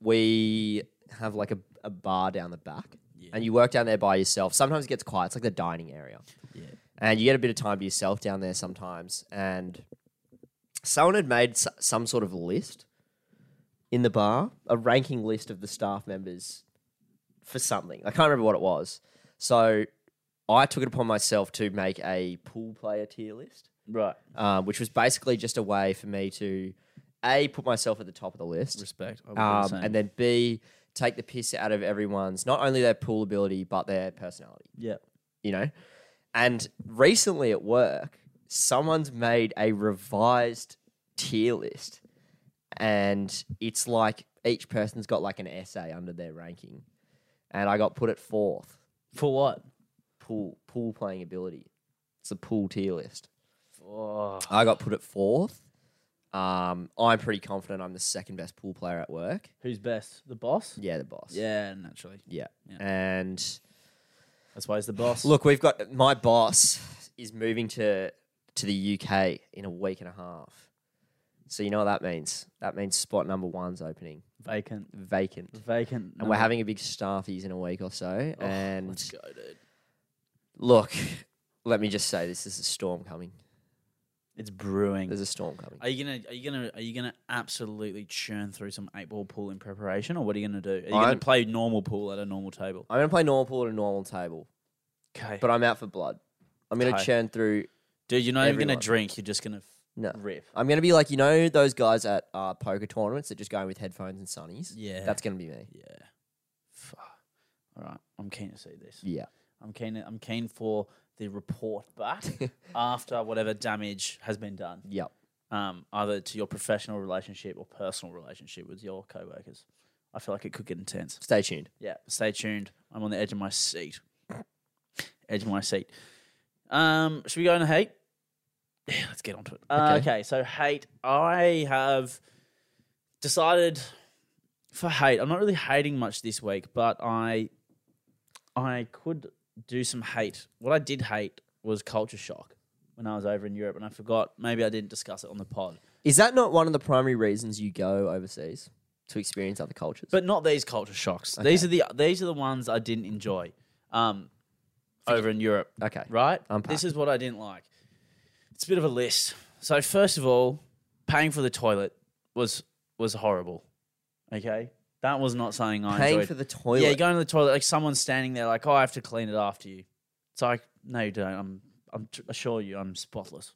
[SPEAKER 1] we have like a, a bar down the back
[SPEAKER 2] Yeah.
[SPEAKER 1] and you work down there by yourself. Sometimes it gets quiet. It's like the dining area.
[SPEAKER 2] Yeah.
[SPEAKER 1] And you get a bit of time to yourself down there sometimes and someone had made s- some sort of list in the bar, a ranking list of the staff members for something. I can't remember what it was. So I took it upon myself to make a pool player tier list,
[SPEAKER 2] Right.
[SPEAKER 1] um, which was basically just a way for me to a put myself at the top of the list,
[SPEAKER 2] Respect. I would do the
[SPEAKER 1] um,
[SPEAKER 2] same.
[SPEAKER 1] and then b take the piss out of everyone's not only their pool ability but their personality
[SPEAKER 2] yeah.
[SPEAKER 1] you know. And recently at work, someone's made a revised tier list, and it's like each person's got like an essay under their ranking, and I got put at fourth
[SPEAKER 2] For what?
[SPEAKER 1] pool pool playing ability. It's a pool tier list.
[SPEAKER 2] Oh,
[SPEAKER 1] I got put at fourth. Um, I'm pretty confident I'm the second best pool player at work.
[SPEAKER 2] who's best? The boss?
[SPEAKER 1] Yeah, the boss.
[SPEAKER 2] Yeah, naturally.
[SPEAKER 1] yeah.
[SPEAKER 2] Yeah.
[SPEAKER 1] And
[SPEAKER 2] That's why he's the boss.
[SPEAKER 1] Look, we've got my boss is moving to to the UK in a week and a half. So you know what that means? That means spot number one's opening
[SPEAKER 2] vacant.
[SPEAKER 1] vacant,
[SPEAKER 2] Vacant.
[SPEAKER 1] and we're having a big staffies in a week or so.
[SPEAKER 2] Mm. Oh,
[SPEAKER 1] and
[SPEAKER 2] Let's go, dude.
[SPEAKER 1] look, let me just say this: there's a storm coming.
[SPEAKER 2] It's brewing.
[SPEAKER 1] There's a storm coming.
[SPEAKER 2] Are you gonna are you gonna are you gonna absolutely churn through some eight ball pool in preparation, or what are you gonna do? Are you gonna
[SPEAKER 1] I'm-
[SPEAKER 2] play normal pool at a normal table?
[SPEAKER 1] I'm gonna play normal pool at a normal table,
[SPEAKER 2] Okay, but
[SPEAKER 1] but I'm out for blood. I'm gonna
[SPEAKER 2] Okay.
[SPEAKER 1] churn through.
[SPEAKER 2] dude, you're not even gonna
[SPEAKER 1] everyone.
[SPEAKER 2] drink. You're just gonna f-
[SPEAKER 1] No,
[SPEAKER 2] rip.
[SPEAKER 1] I'm gonna be like you know those guys at uh, poker tournaments that just go in with headphones and sunnies.
[SPEAKER 2] Yeah,
[SPEAKER 1] That's gonna be me.
[SPEAKER 2] yeah. Fuck. All right, I'm keen to see this.
[SPEAKER 1] Yeah.
[SPEAKER 2] I'm keen. I'm keen for the report back after whatever damage has been done,
[SPEAKER 1] Yep.
[SPEAKER 2] um, either to your professional relationship or personal relationship with your coworkers. I feel like it could get intense.
[SPEAKER 1] Stay tuned.
[SPEAKER 2] Yeah, stay tuned. I'm on the edge of my seat. Edge of my seat. Um, should we go into hate? Yeah, let's get onto it. Uh,
[SPEAKER 1] Okay.
[SPEAKER 2] okay, so hate. I have decided for hate. I'm not really hating much this week, but I I could do some hate. What I did hate was culture shock when I was over in Europe, and I forgot. Maybe I didn't discuss it on the pod.
[SPEAKER 1] Is that not one of the primary reasons you go overseas to experience other cultures?
[SPEAKER 2] But not these culture shocks. These are the these are the ones I didn't enjoy. Um, over in Europe,
[SPEAKER 1] okay,
[SPEAKER 2] right?
[SPEAKER 1] Unpack.
[SPEAKER 2] This is what I didn't like. It's a bit of a list. So first of all, paying for the toilet was was horrible. Okay, that was not something I
[SPEAKER 1] paying
[SPEAKER 2] enjoyed.
[SPEAKER 1] for the toilet.
[SPEAKER 2] Yeah, going to the toilet, like someone's standing there, like, oh, I have to clean it after you. It's like, no, you don't. I'm, I'm t- assure you, I'm spotless.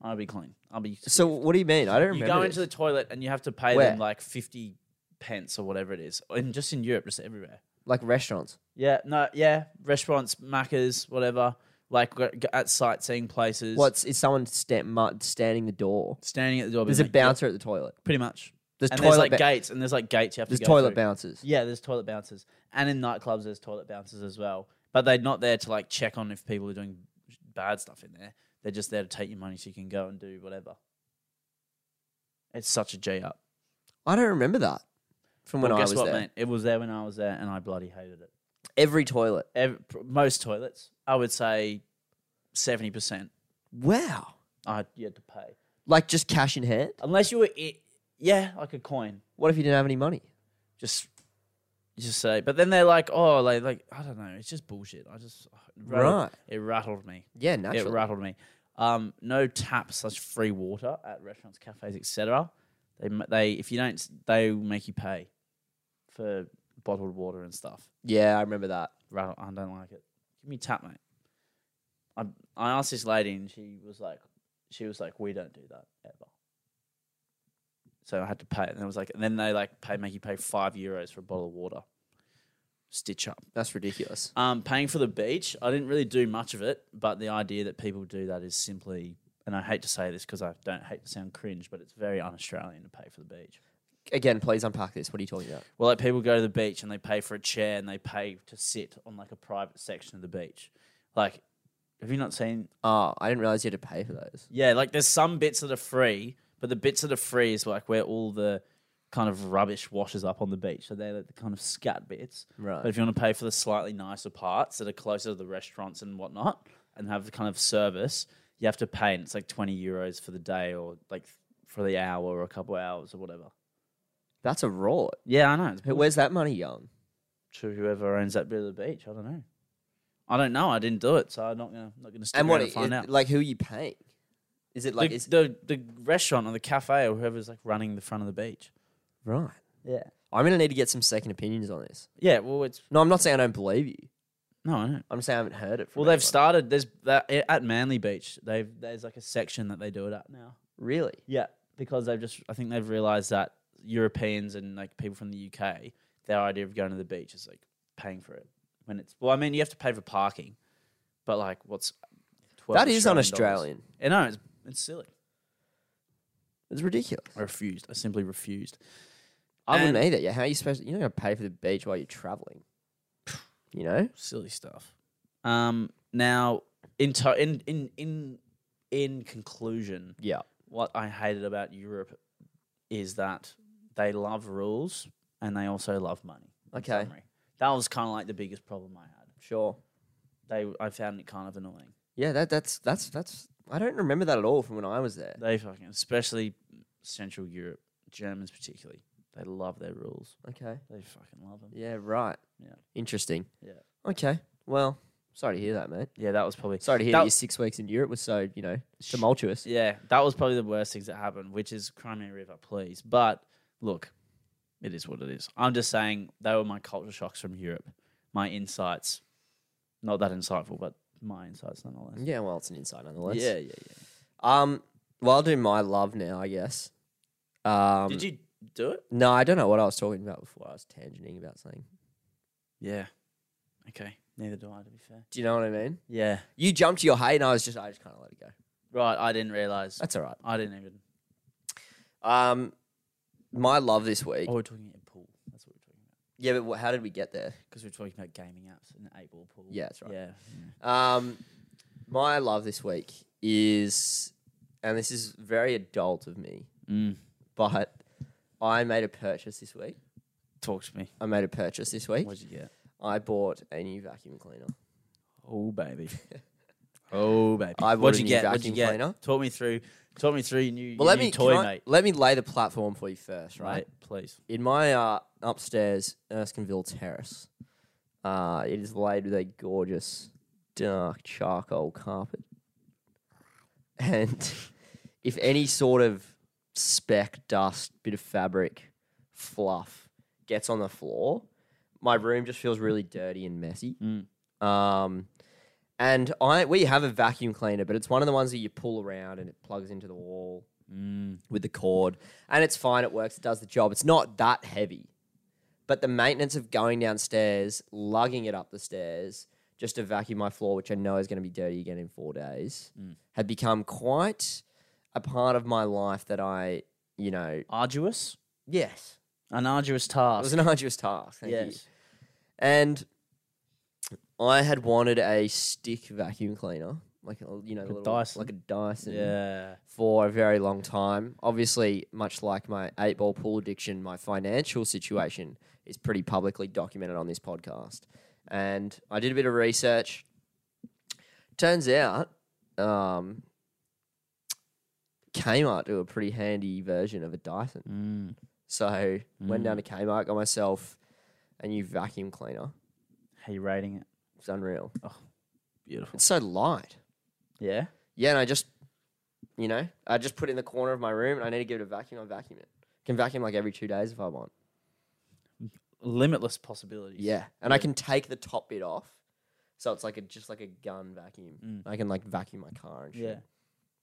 [SPEAKER 2] I'll be clean. I'll be.
[SPEAKER 1] so what do you mean? I don't
[SPEAKER 2] You
[SPEAKER 1] remember.
[SPEAKER 2] go
[SPEAKER 1] this.
[SPEAKER 2] into the toilet and you have to pay
[SPEAKER 1] Where?
[SPEAKER 2] them like fifty pence or whatever it is, and just in Europe, just everywhere.
[SPEAKER 1] like restaurants.
[SPEAKER 2] Yeah, no, yeah, restaurants, macas, whatever, like g- g- at sightseeing places.
[SPEAKER 1] What's is someone sta- mu- standing the door?
[SPEAKER 2] standing at the door?
[SPEAKER 1] There's a
[SPEAKER 2] being like,
[SPEAKER 1] bouncer at the toilet.
[SPEAKER 2] yeah, pretty much.
[SPEAKER 1] There's
[SPEAKER 2] and
[SPEAKER 1] toilet.
[SPEAKER 2] there's like
[SPEAKER 1] ba-
[SPEAKER 2] gates, and there's like gates you have
[SPEAKER 1] there's
[SPEAKER 2] to go
[SPEAKER 1] toilet
[SPEAKER 2] through.
[SPEAKER 1] bouncers.
[SPEAKER 2] Yeah, there's toilet bouncers, and in nightclubs there's toilet bouncers as well. But they're not there to like check on if people are doing bad stuff in there. They're just there to take your money so you can go and do whatever. It's such a G up.
[SPEAKER 1] I don't remember that from when
[SPEAKER 2] Well,
[SPEAKER 1] I
[SPEAKER 2] guess
[SPEAKER 1] was
[SPEAKER 2] what,
[SPEAKER 1] there.
[SPEAKER 2] mate? It was there when I was there, and I bloody hated it.
[SPEAKER 1] Every toilet.
[SPEAKER 2] Ev- pr most toilets, I would say, seventy percent.
[SPEAKER 1] Wow.
[SPEAKER 2] I you had to pay
[SPEAKER 1] Like just cash in hand.
[SPEAKER 2] unless you were i yeah like a coin
[SPEAKER 1] What if you didn't have any money?
[SPEAKER 2] just just say but then they're like oh like like i don't know it's just bullshit i just it rattled-
[SPEAKER 1] Right.
[SPEAKER 2] it rattled me
[SPEAKER 1] Yeah, naturally.
[SPEAKER 2] it rattled me um no taps such free water at restaurants cafes etc they ma- they if you don't s- they make you pay for bottled water and stuff
[SPEAKER 1] Yeah, I remember that.
[SPEAKER 2] rattle. I don't like it. Give me tap, mate. I I asked this lady and she was like, she was like, we don't do that ever. So I had to pay, and it was like, and then they like pay make you pay five euros for a bottle of water. Stitch up.
[SPEAKER 1] That's ridiculous.
[SPEAKER 2] Um, paying for the beach, I didn't really do much of it, but the idea that people do that is simply, and I hate to say this because I don't hate to sound cringe, but it's very un-Australian to pay for the beach.
[SPEAKER 1] Again, please unpack this. What are you talking about?
[SPEAKER 2] Well, like people go to the beach and they pay for a chair and they pay to sit on like a private section of the beach. Like, have you not seen?
[SPEAKER 1] Oh, I didn't realize you had to pay for those.
[SPEAKER 2] Yeah, like there's some bits that are free, but the bits that are free is like where all the kind of rubbish washes up on the beach. So they're like the kind of scat bits.
[SPEAKER 1] Right.
[SPEAKER 2] But if you want to pay for the slightly nicer parts that are closer to the restaurants and whatnot and have the kind of service, you have to pay and it's like 20 euros for the day or like for the hour or a couple hours or whatever.
[SPEAKER 1] That's a rot.
[SPEAKER 2] Yeah, I know. It's
[SPEAKER 1] Who- Where's that money going?
[SPEAKER 2] to whoever owns that bit of the beach. I don't know. I don't know. I didn't do it, so I'm not gonna not gonna stick
[SPEAKER 1] And
[SPEAKER 2] around
[SPEAKER 1] what
[SPEAKER 2] and find
[SPEAKER 1] it-
[SPEAKER 2] out.
[SPEAKER 1] like who are you paying? Is it like
[SPEAKER 2] the,
[SPEAKER 1] is
[SPEAKER 2] the the restaurant or the cafe or whoever's like running the front of the beach.
[SPEAKER 1] right?
[SPEAKER 2] Yeah.
[SPEAKER 1] I'm gonna need to get some second opinions on this.
[SPEAKER 2] Yeah. Well, it's
[SPEAKER 1] No, I'm not saying I don't believe you.
[SPEAKER 2] no. I don't.
[SPEAKER 1] I'm saying I haven't heard it. From
[SPEAKER 2] Well, they've
[SPEAKER 1] anyone.
[SPEAKER 2] started. There's that at Manly Beach. They've there's like a section that they do it at now.
[SPEAKER 1] really.
[SPEAKER 2] Yeah, because they've just I think they've realised that Europeans and like people from the UK, their idea of going to the beach is like paying for it when it's well, I mean you have to pay for parking, but like what's twelve?
[SPEAKER 1] That is
[SPEAKER 2] dollars?
[SPEAKER 1] un-Australian.
[SPEAKER 2] I know it's it's silly.
[SPEAKER 1] It's ridiculous.
[SPEAKER 2] I refused. I simply refused.
[SPEAKER 1] I wouldn't
[SPEAKER 2] And-
[SPEAKER 1] either. Yeah, how are you supposed? to... You're not gonna pay for the beach while you're traveling. You know,
[SPEAKER 2] Silly stuff. Um. Now, in to- in in in in conclusion,
[SPEAKER 1] yeah,
[SPEAKER 2] what I hated about Europe is that they love rules and they also love money. in
[SPEAKER 1] Okay.
[SPEAKER 2] summary. That was kind of like the biggest problem I had.
[SPEAKER 1] sure.
[SPEAKER 2] They, I found it kind of annoying.
[SPEAKER 1] Yeah, that that's that's that's. I don't remember that at all from when I was there.
[SPEAKER 2] They fucking, especially Central Europe, Germans particularly, they love their rules.
[SPEAKER 1] Okay.
[SPEAKER 2] They fucking love them.
[SPEAKER 1] Yeah. Right.
[SPEAKER 2] Yeah.
[SPEAKER 1] Interesting.
[SPEAKER 2] Yeah.
[SPEAKER 1] Okay. Well, sorry to hear that, mate.
[SPEAKER 2] Yeah, that was probably
[SPEAKER 1] Sorry to hear
[SPEAKER 2] That-
[SPEAKER 1] that, your six weeks in Europe was so you know tumultuous.
[SPEAKER 2] yeah, that was probably the worst things that happened, which is Crimea River, please. But look, it is what it is. I'm just saying they were my culture shocks from Europe, my insights. Not that insightful, but my insights nonetheless.
[SPEAKER 1] Yeah. Well, it's an insight nonetheless.
[SPEAKER 2] Yeah, yeah, yeah.
[SPEAKER 1] Um. Well, I'll do my love now, I guess. Um,
[SPEAKER 2] Did you do it?
[SPEAKER 1] No, I don't know what I was talking about before. I was tangenting about something.
[SPEAKER 2] Yeah. Okay. Neither do I, to be fair.
[SPEAKER 1] Do you know what I mean?
[SPEAKER 2] Yeah.
[SPEAKER 1] You jumped to your hate, and I was just, I just kind of let it go.
[SPEAKER 2] Right. I didn't realize.
[SPEAKER 1] That's all right.
[SPEAKER 2] I didn't even.
[SPEAKER 1] Um, my love this week.
[SPEAKER 2] Oh, we're talking about pool. That's what we're talking about.
[SPEAKER 1] Yeah, but wh- how did we get there?
[SPEAKER 2] Because we're talking about gaming apps and eight ball pool.
[SPEAKER 1] Yeah, that's right.
[SPEAKER 2] Yeah.
[SPEAKER 1] Um, my love this week is, and this is very adult of me,
[SPEAKER 2] Mm.
[SPEAKER 1] but I made a purchase this week.
[SPEAKER 2] Talk to me.
[SPEAKER 1] I made a purchase this week.
[SPEAKER 2] What'd you get?
[SPEAKER 1] I bought a new vacuum cleaner.
[SPEAKER 2] Oh baby. oh baby.
[SPEAKER 1] I bought
[SPEAKER 2] What'd
[SPEAKER 1] a
[SPEAKER 2] you
[SPEAKER 1] new
[SPEAKER 2] get? What'd you
[SPEAKER 1] vacuum
[SPEAKER 2] get?
[SPEAKER 1] cleaner.
[SPEAKER 2] Talk me through. Talk me through your new,
[SPEAKER 1] Well,
[SPEAKER 2] your
[SPEAKER 1] let
[SPEAKER 2] new
[SPEAKER 1] me
[SPEAKER 2] toy
[SPEAKER 1] can I-
[SPEAKER 2] mate.
[SPEAKER 1] let me lay the platform for you first, right?
[SPEAKER 2] Right. Please.
[SPEAKER 1] in my uh, upstairs Erskineville terrace, uh, it is laid with a gorgeous dark charcoal carpet. And if any sort of speck, dust, bit of fabric, fluff gets on the floor, my room just feels really dirty and messy.
[SPEAKER 2] Mm.
[SPEAKER 1] Um, and I we have a vacuum cleaner, but it's one of the ones that you pull around and it plugs into the wall
[SPEAKER 2] Mm.
[SPEAKER 1] with the cord, and it's fine. It works. It does the job. It's not that heavy, but the maintenance of going downstairs, lugging it up the stairs, just to vacuum my floor, which I know is going to be dirty again in four days,
[SPEAKER 2] Mm.
[SPEAKER 1] had become quite a part of my life that I, you know,
[SPEAKER 2] Arduous.
[SPEAKER 1] yes,
[SPEAKER 2] An arduous
[SPEAKER 1] it
[SPEAKER 2] task.
[SPEAKER 1] was an arduous task. Thank you.
[SPEAKER 2] yes.
[SPEAKER 1] And I had wanted a stick vacuum cleaner, like a, you know,
[SPEAKER 2] Like
[SPEAKER 1] the
[SPEAKER 2] a
[SPEAKER 1] little,
[SPEAKER 2] Dyson.
[SPEAKER 1] like a Dyson
[SPEAKER 2] Yeah.
[SPEAKER 1] for a very long time. Obviously, much like my eight ball pool addiction, my financial situation is pretty publicly documented on this podcast. And I did a bit of research. Turns out, um, Kmart do a pretty handy version of a Dyson.
[SPEAKER 2] Mm.
[SPEAKER 1] So went down to Kmart, got myself a new vacuum cleaner.
[SPEAKER 2] How you rating it?
[SPEAKER 1] It's unreal.
[SPEAKER 2] Beautiful.
[SPEAKER 1] It's so light.
[SPEAKER 2] Yeah.
[SPEAKER 1] Yeah, and I just, you know, I just put it in the corner of my room and I need to give it a vacuum. I vacuum it. Can vacuum like every two days if I want.
[SPEAKER 2] Limitless possibilities.
[SPEAKER 1] Yeah, and I can take the top bit off, so it's like a just like a gun vacuum.
[SPEAKER 2] Mm.
[SPEAKER 1] I can like vacuum my car and shit.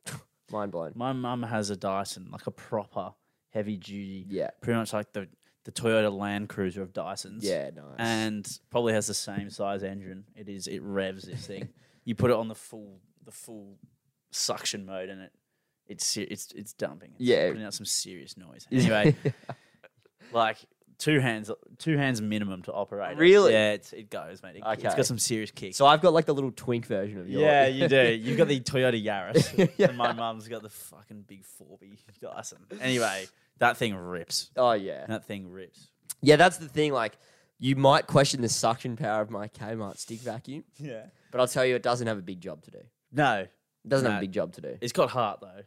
[SPEAKER 2] Yeah.
[SPEAKER 1] Mind blown.
[SPEAKER 2] My mum has a Dyson, like a proper heavy duty,
[SPEAKER 1] Yeah.
[SPEAKER 2] pretty much like the, the Toyota Land Cruiser of Dysons.
[SPEAKER 1] Yeah, nice.
[SPEAKER 2] And probably has the same size engine. It is it revs this thing. you put it on the full the full suction mode and it it's se- it's it's dumping. It's
[SPEAKER 1] Yeah.
[SPEAKER 2] Putting out some serious noise. Anyway, like two hands two hands minimum to operate. it.
[SPEAKER 1] Really?
[SPEAKER 2] Yeah, it's, it goes, mate. It, It's
[SPEAKER 1] Okay.
[SPEAKER 2] got some serious kick.
[SPEAKER 1] so I've got like the little twink version of yours.
[SPEAKER 2] Yeah, you do. You've got the Toyota Yaris,
[SPEAKER 1] Yeah.
[SPEAKER 2] and my mum's got the fucking big 4B Dyson. Anyway, that thing rips.
[SPEAKER 1] oh yeah.
[SPEAKER 2] That thing rips.
[SPEAKER 1] Yeah, that's the thing. Like, you might question the suction power of my Kmart stick vacuum,
[SPEAKER 2] Yeah.
[SPEAKER 1] but I'll tell you, it doesn't have a big job to do. It
[SPEAKER 2] No,
[SPEAKER 1] doesn't
[SPEAKER 2] No.
[SPEAKER 1] have a big job to do.
[SPEAKER 2] it's got heart though.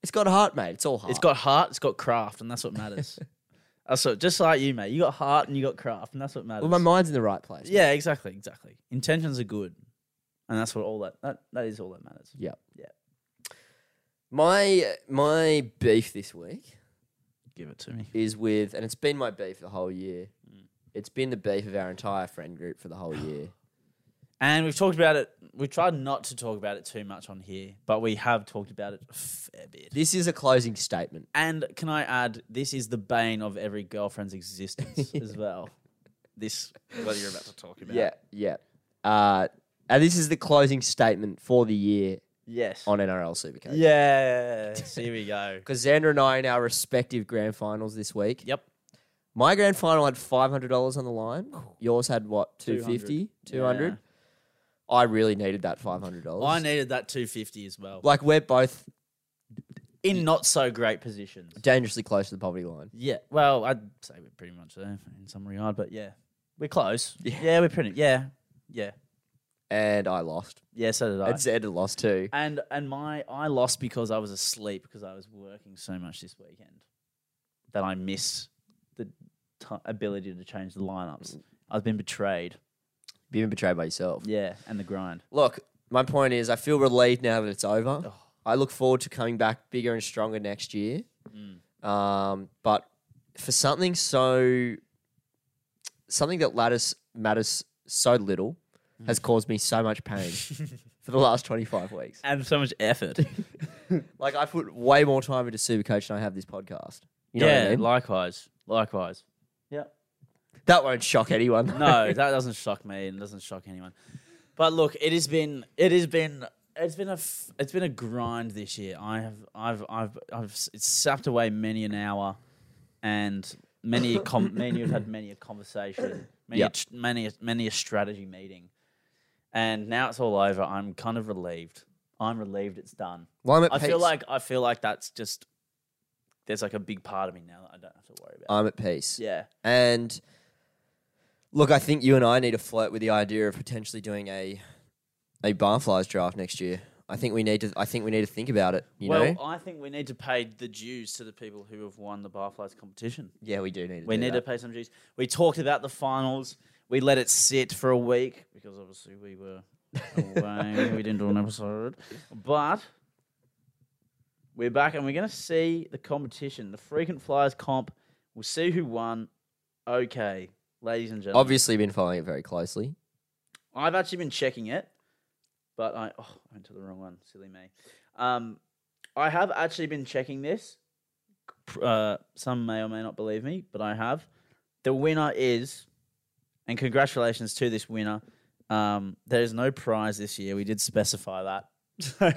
[SPEAKER 1] It's got heart, mate. It's all heart.
[SPEAKER 2] It's got heart. It's got craft, and that's what matters. also, just like you, mate, you got heart and you got craft, and that's what matters.
[SPEAKER 1] Well, my mind's in the right place.
[SPEAKER 2] yeah, exactly, exactly. Intentions are good, and that's what all that that, that is all that matters.
[SPEAKER 1] Yep.
[SPEAKER 2] Yeah.
[SPEAKER 1] My my beef this week
[SPEAKER 2] Give it to me.
[SPEAKER 1] is with, and it's been my beef the whole year. It's been the beef of our entire friend group for the whole year.
[SPEAKER 2] And we've talked about it. We tried not to talk about it too much on here, but we have talked about it a fair bit.
[SPEAKER 1] This is a closing statement.
[SPEAKER 2] And can I add, this is the bane of every girlfriend's existence as well. This what you're about to talk about.
[SPEAKER 1] Yeah, yeah. Uh, and this is the closing statement for the year
[SPEAKER 2] Yes.
[SPEAKER 1] on NRL Supercoach.
[SPEAKER 2] Yes. Here we go.
[SPEAKER 1] Because Xander and I are in our respective grand finals this week.
[SPEAKER 2] Yep.
[SPEAKER 1] My grand final had five hundred dollars on the line. Yours had what? 250 200 I really needed that five hundred
[SPEAKER 2] Yeah. I
[SPEAKER 1] dollars.
[SPEAKER 2] needed that 250 as well.
[SPEAKER 1] Like we're both
[SPEAKER 2] In not so great positions.
[SPEAKER 1] dangerously close to the poverty line.
[SPEAKER 2] Yeah. Well, I'd say we're pretty much there in some regard, but yeah. We're close. Yeah, we're pretty. Yeah. Yeah.
[SPEAKER 1] And I lost.
[SPEAKER 2] Yeah, so did I.
[SPEAKER 1] And Xander lost too.
[SPEAKER 2] and and my I lost because I was asleep because I was working so much this weekend that I missed the t- ability to change the lineups. I've been betrayed.
[SPEAKER 1] Being betrayed by yourself.
[SPEAKER 2] Yeah, and the grind.
[SPEAKER 1] Look, my point is I feel relieved now that it's over.
[SPEAKER 2] Oh.
[SPEAKER 1] I look forward to coming back bigger and stronger next year.
[SPEAKER 2] Hmm.
[SPEAKER 1] Um, but for something so something that ladders matters so little
[SPEAKER 2] Hmm.
[SPEAKER 1] has caused me so much pain for the last 25 weeks.
[SPEAKER 2] And so much effort.
[SPEAKER 1] Like I put way more time into Supercoach than I have this podcast. You know
[SPEAKER 2] yeah,
[SPEAKER 1] what I mean?
[SPEAKER 2] likewise. Likewise. Yeah.
[SPEAKER 1] that won't shock anyone.
[SPEAKER 2] No, that doesn't shock me and doesn't shock anyone. But look, it has been it has been it's been a f- it's been a grind this year. I have I've I've I've s- it's sapped away many an hour and many a com- many have had many a conversation, many a
[SPEAKER 1] Yep.
[SPEAKER 2] tr many a, many a strategy meeting. And now it's all over. I'm kind of relieved. I'm relieved it's done.
[SPEAKER 1] Well, I'm at
[SPEAKER 2] I
[SPEAKER 1] peace.
[SPEAKER 2] feel like I feel like that's just there's like a big part of me now that I don't have to worry about.
[SPEAKER 1] I'm at peace.
[SPEAKER 2] yeah.
[SPEAKER 1] And look, I think you and I need to flirt with the idea of potentially doing a a barflies draft next year. I think we need to. I think we need to think about it. You
[SPEAKER 2] well,
[SPEAKER 1] know?
[SPEAKER 2] I think we need to pay the dues to the people who have won the barflies competition.
[SPEAKER 1] Yeah, we do need to.
[SPEAKER 2] We
[SPEAKER 1] do
[SPEAKER 2] need
[SPEAKER 1] that.
[SPEAKER 2] to pay some dues. We talked about the finals. We let it sit for a week because obviously we were away. we didn't do an episode, but we're back and we're going to see the competition, the frequent flyers comp. We'll see who won. Okay, ladies and gentlemen,
[SPEAKER 1] Obviously, been following it very closely.
[SPEAKER 2] I've actually been checking it, but I oh, I went to the wrong one. Silly me. Um, I have actually been checking this. Pr- Uh, some may or may not believe me, but I have. The winner is, and congratulations to this winner. Um, there is no prize this year. We did specify that. So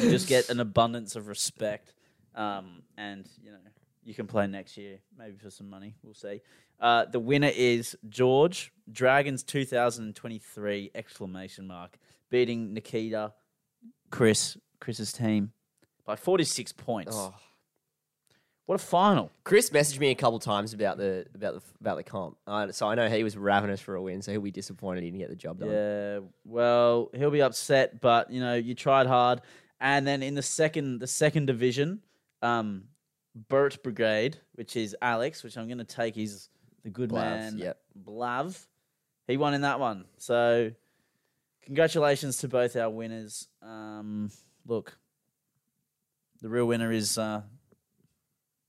[SPEAKER 2] you just get an abundance of respect. Um, and you know you can play next year, maybe for some money. We'll see. Uh, the winner is George Dragons 2023 exclamation mark, beating Nikita, Chris, Chris's team by 46 points.
[SPEAKER 1] Oh.
[SPEAKER 2] What a final!
[SPEAKER 1] Chris messaged me a couple times about the about the about the comp, uh, so I know he was ravenous for a win. So he'll be disappointed he didn't get the job done.
[SPEAKER 2] Yeah, well, he'll be upset, but you know, you tried hard. And then in the second the second division, um, Burt Brigade, which is Alex, which I'm gonna take is the good
[SPEAKER 1] Blav,
[SPEAKER 2] man
[SPEAKER 1] yep.
[SPEAKER 2] Blav. He won in that one. So congratulations to both our winners. Um, look. The real winner is uh,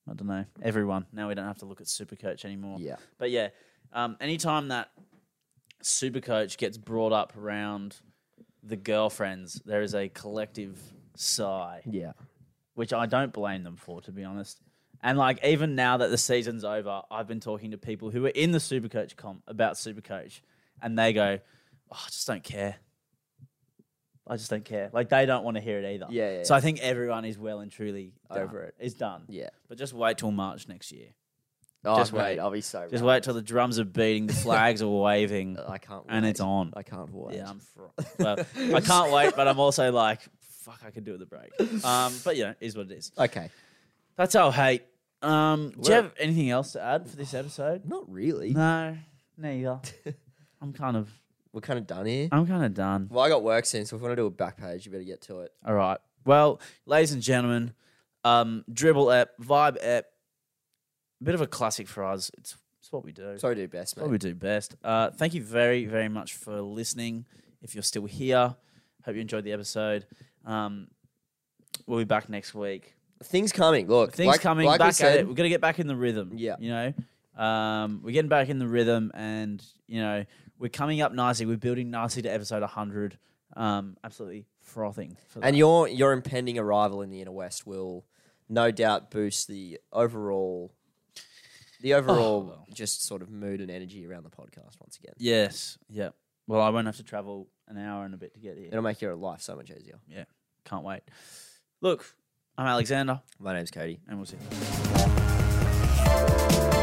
[SPEAKER 2] I don't know, everyone. Now we don't have to look at Supercoach anymore.
[SPEAKER 1] Yeah,
[SPEAKER 2] But yeah, um, anytime that Supercoach gets brought up around the girlfriends, there is a collective sigh,
[SPEAKER 1] yeah.
[SPEAKER 2] which I don't blame them for, to be honest. And like even now that the season's over, I've been talking to people who are in the Supercoach comp about Supercoach, and they go, oh, "I just don't care. I just don't care." Like they don't want to hear it either.
[SPEAKER 1] Yeah, yeah,
[SPEAKER 2] so I think everyone is well and truly done.
[SPEAKER 1] Over it.
[SPEAKER 2] It's done.
[SPEAKER 1] Yeah.
[SPEAKER 2] But just wait till March next year.
[SPEAKER 1] Oh,
[SPEAKER 2] Just
[SPEAKER 1] mate,
[SPEAKER 2] wait.
[SPEAKER 1] I'll be so.
[SPEAKER 2] Just
[SPEAKER 1] ravenous.
[SPEAKER 2] wait till the drums are beating, the flags are waving,
[SPEAKER 1] I can't. Oh, Wait.
[SPEAKER 2] and it's on.
[SPEAKER 1] I can't wait.
[SPEAKER 2] Yeah, I'm fr- well, I can't wait, but I'm also like, fuck, I could do with a break. Um, but you know, it is what it is.
[SPEAKER 1] Okay.
[SPEAKER 2] That's our hate. Um, do you
[SPEAKER 1] Well-
[SPEAKER 2] have anything else to add for this episode?
[SPEAKER 1] Not really.
[SPEAKER 2] No, neither. I'm kind of,
[SPEAKER 1] We're kind of done here.
[SPEAKER 2] I'm kind of done.
[SPEAKER 1] Well, I got work soon, so if you want to do a back page, you better get to it.
[SPEAKER 2] All right. Well, ladies and gentlemen, um, dribble app, vibe app, bit of a classic for us. It's it's what we do.
[SPEAKER 1] So do best,
[SPEAKER 2] That's what we
[SPEAKER 1] mate.
[SPEAKER 2] do best. Uh, thank you very, very much for listening. If you're still here, hope you enjoyed the episode. Um, We'll be back next week.
[SPEAKER 1] Things coming. Look,
[SPEAKER 2] Things
[SPEAKER 1] like-
[SPEAKER 2] coming
[SPEAKER 1] like we
[SPEAKER 2] back at
[SPEAKER 1] said,
[SPEAKER 2] it. We're gonna get back in the rhythm.
[SPEAKER 1] Yeah.
[SPEAKER 2] you know, um, we're getting back in the rhythm, and you know, we're coming up nicely. We're building nicely to episode 100. Um, absolutely frothing. For
[SPEAKER 1] And
[SPEAKER 2] that.
[SPEAKER 1] your your impending arrival in the inner west will no doubt boost the overall the overall
[SPEAKER 2] well.
[SPEAKER 1] just sort of mood and energy around the podcast once again.
[SPEAKER 2] yes, yeah. Well, I won't have to travel an hour and a bit to get here.
[SPEAKER 1] It'll make your life so much easier.
[SPEAKER 2] Can't wait. Look, I'm Alexander,
[SPEAKER 1] My name's Cody.
[SPEAKER 2] and we'll see. you.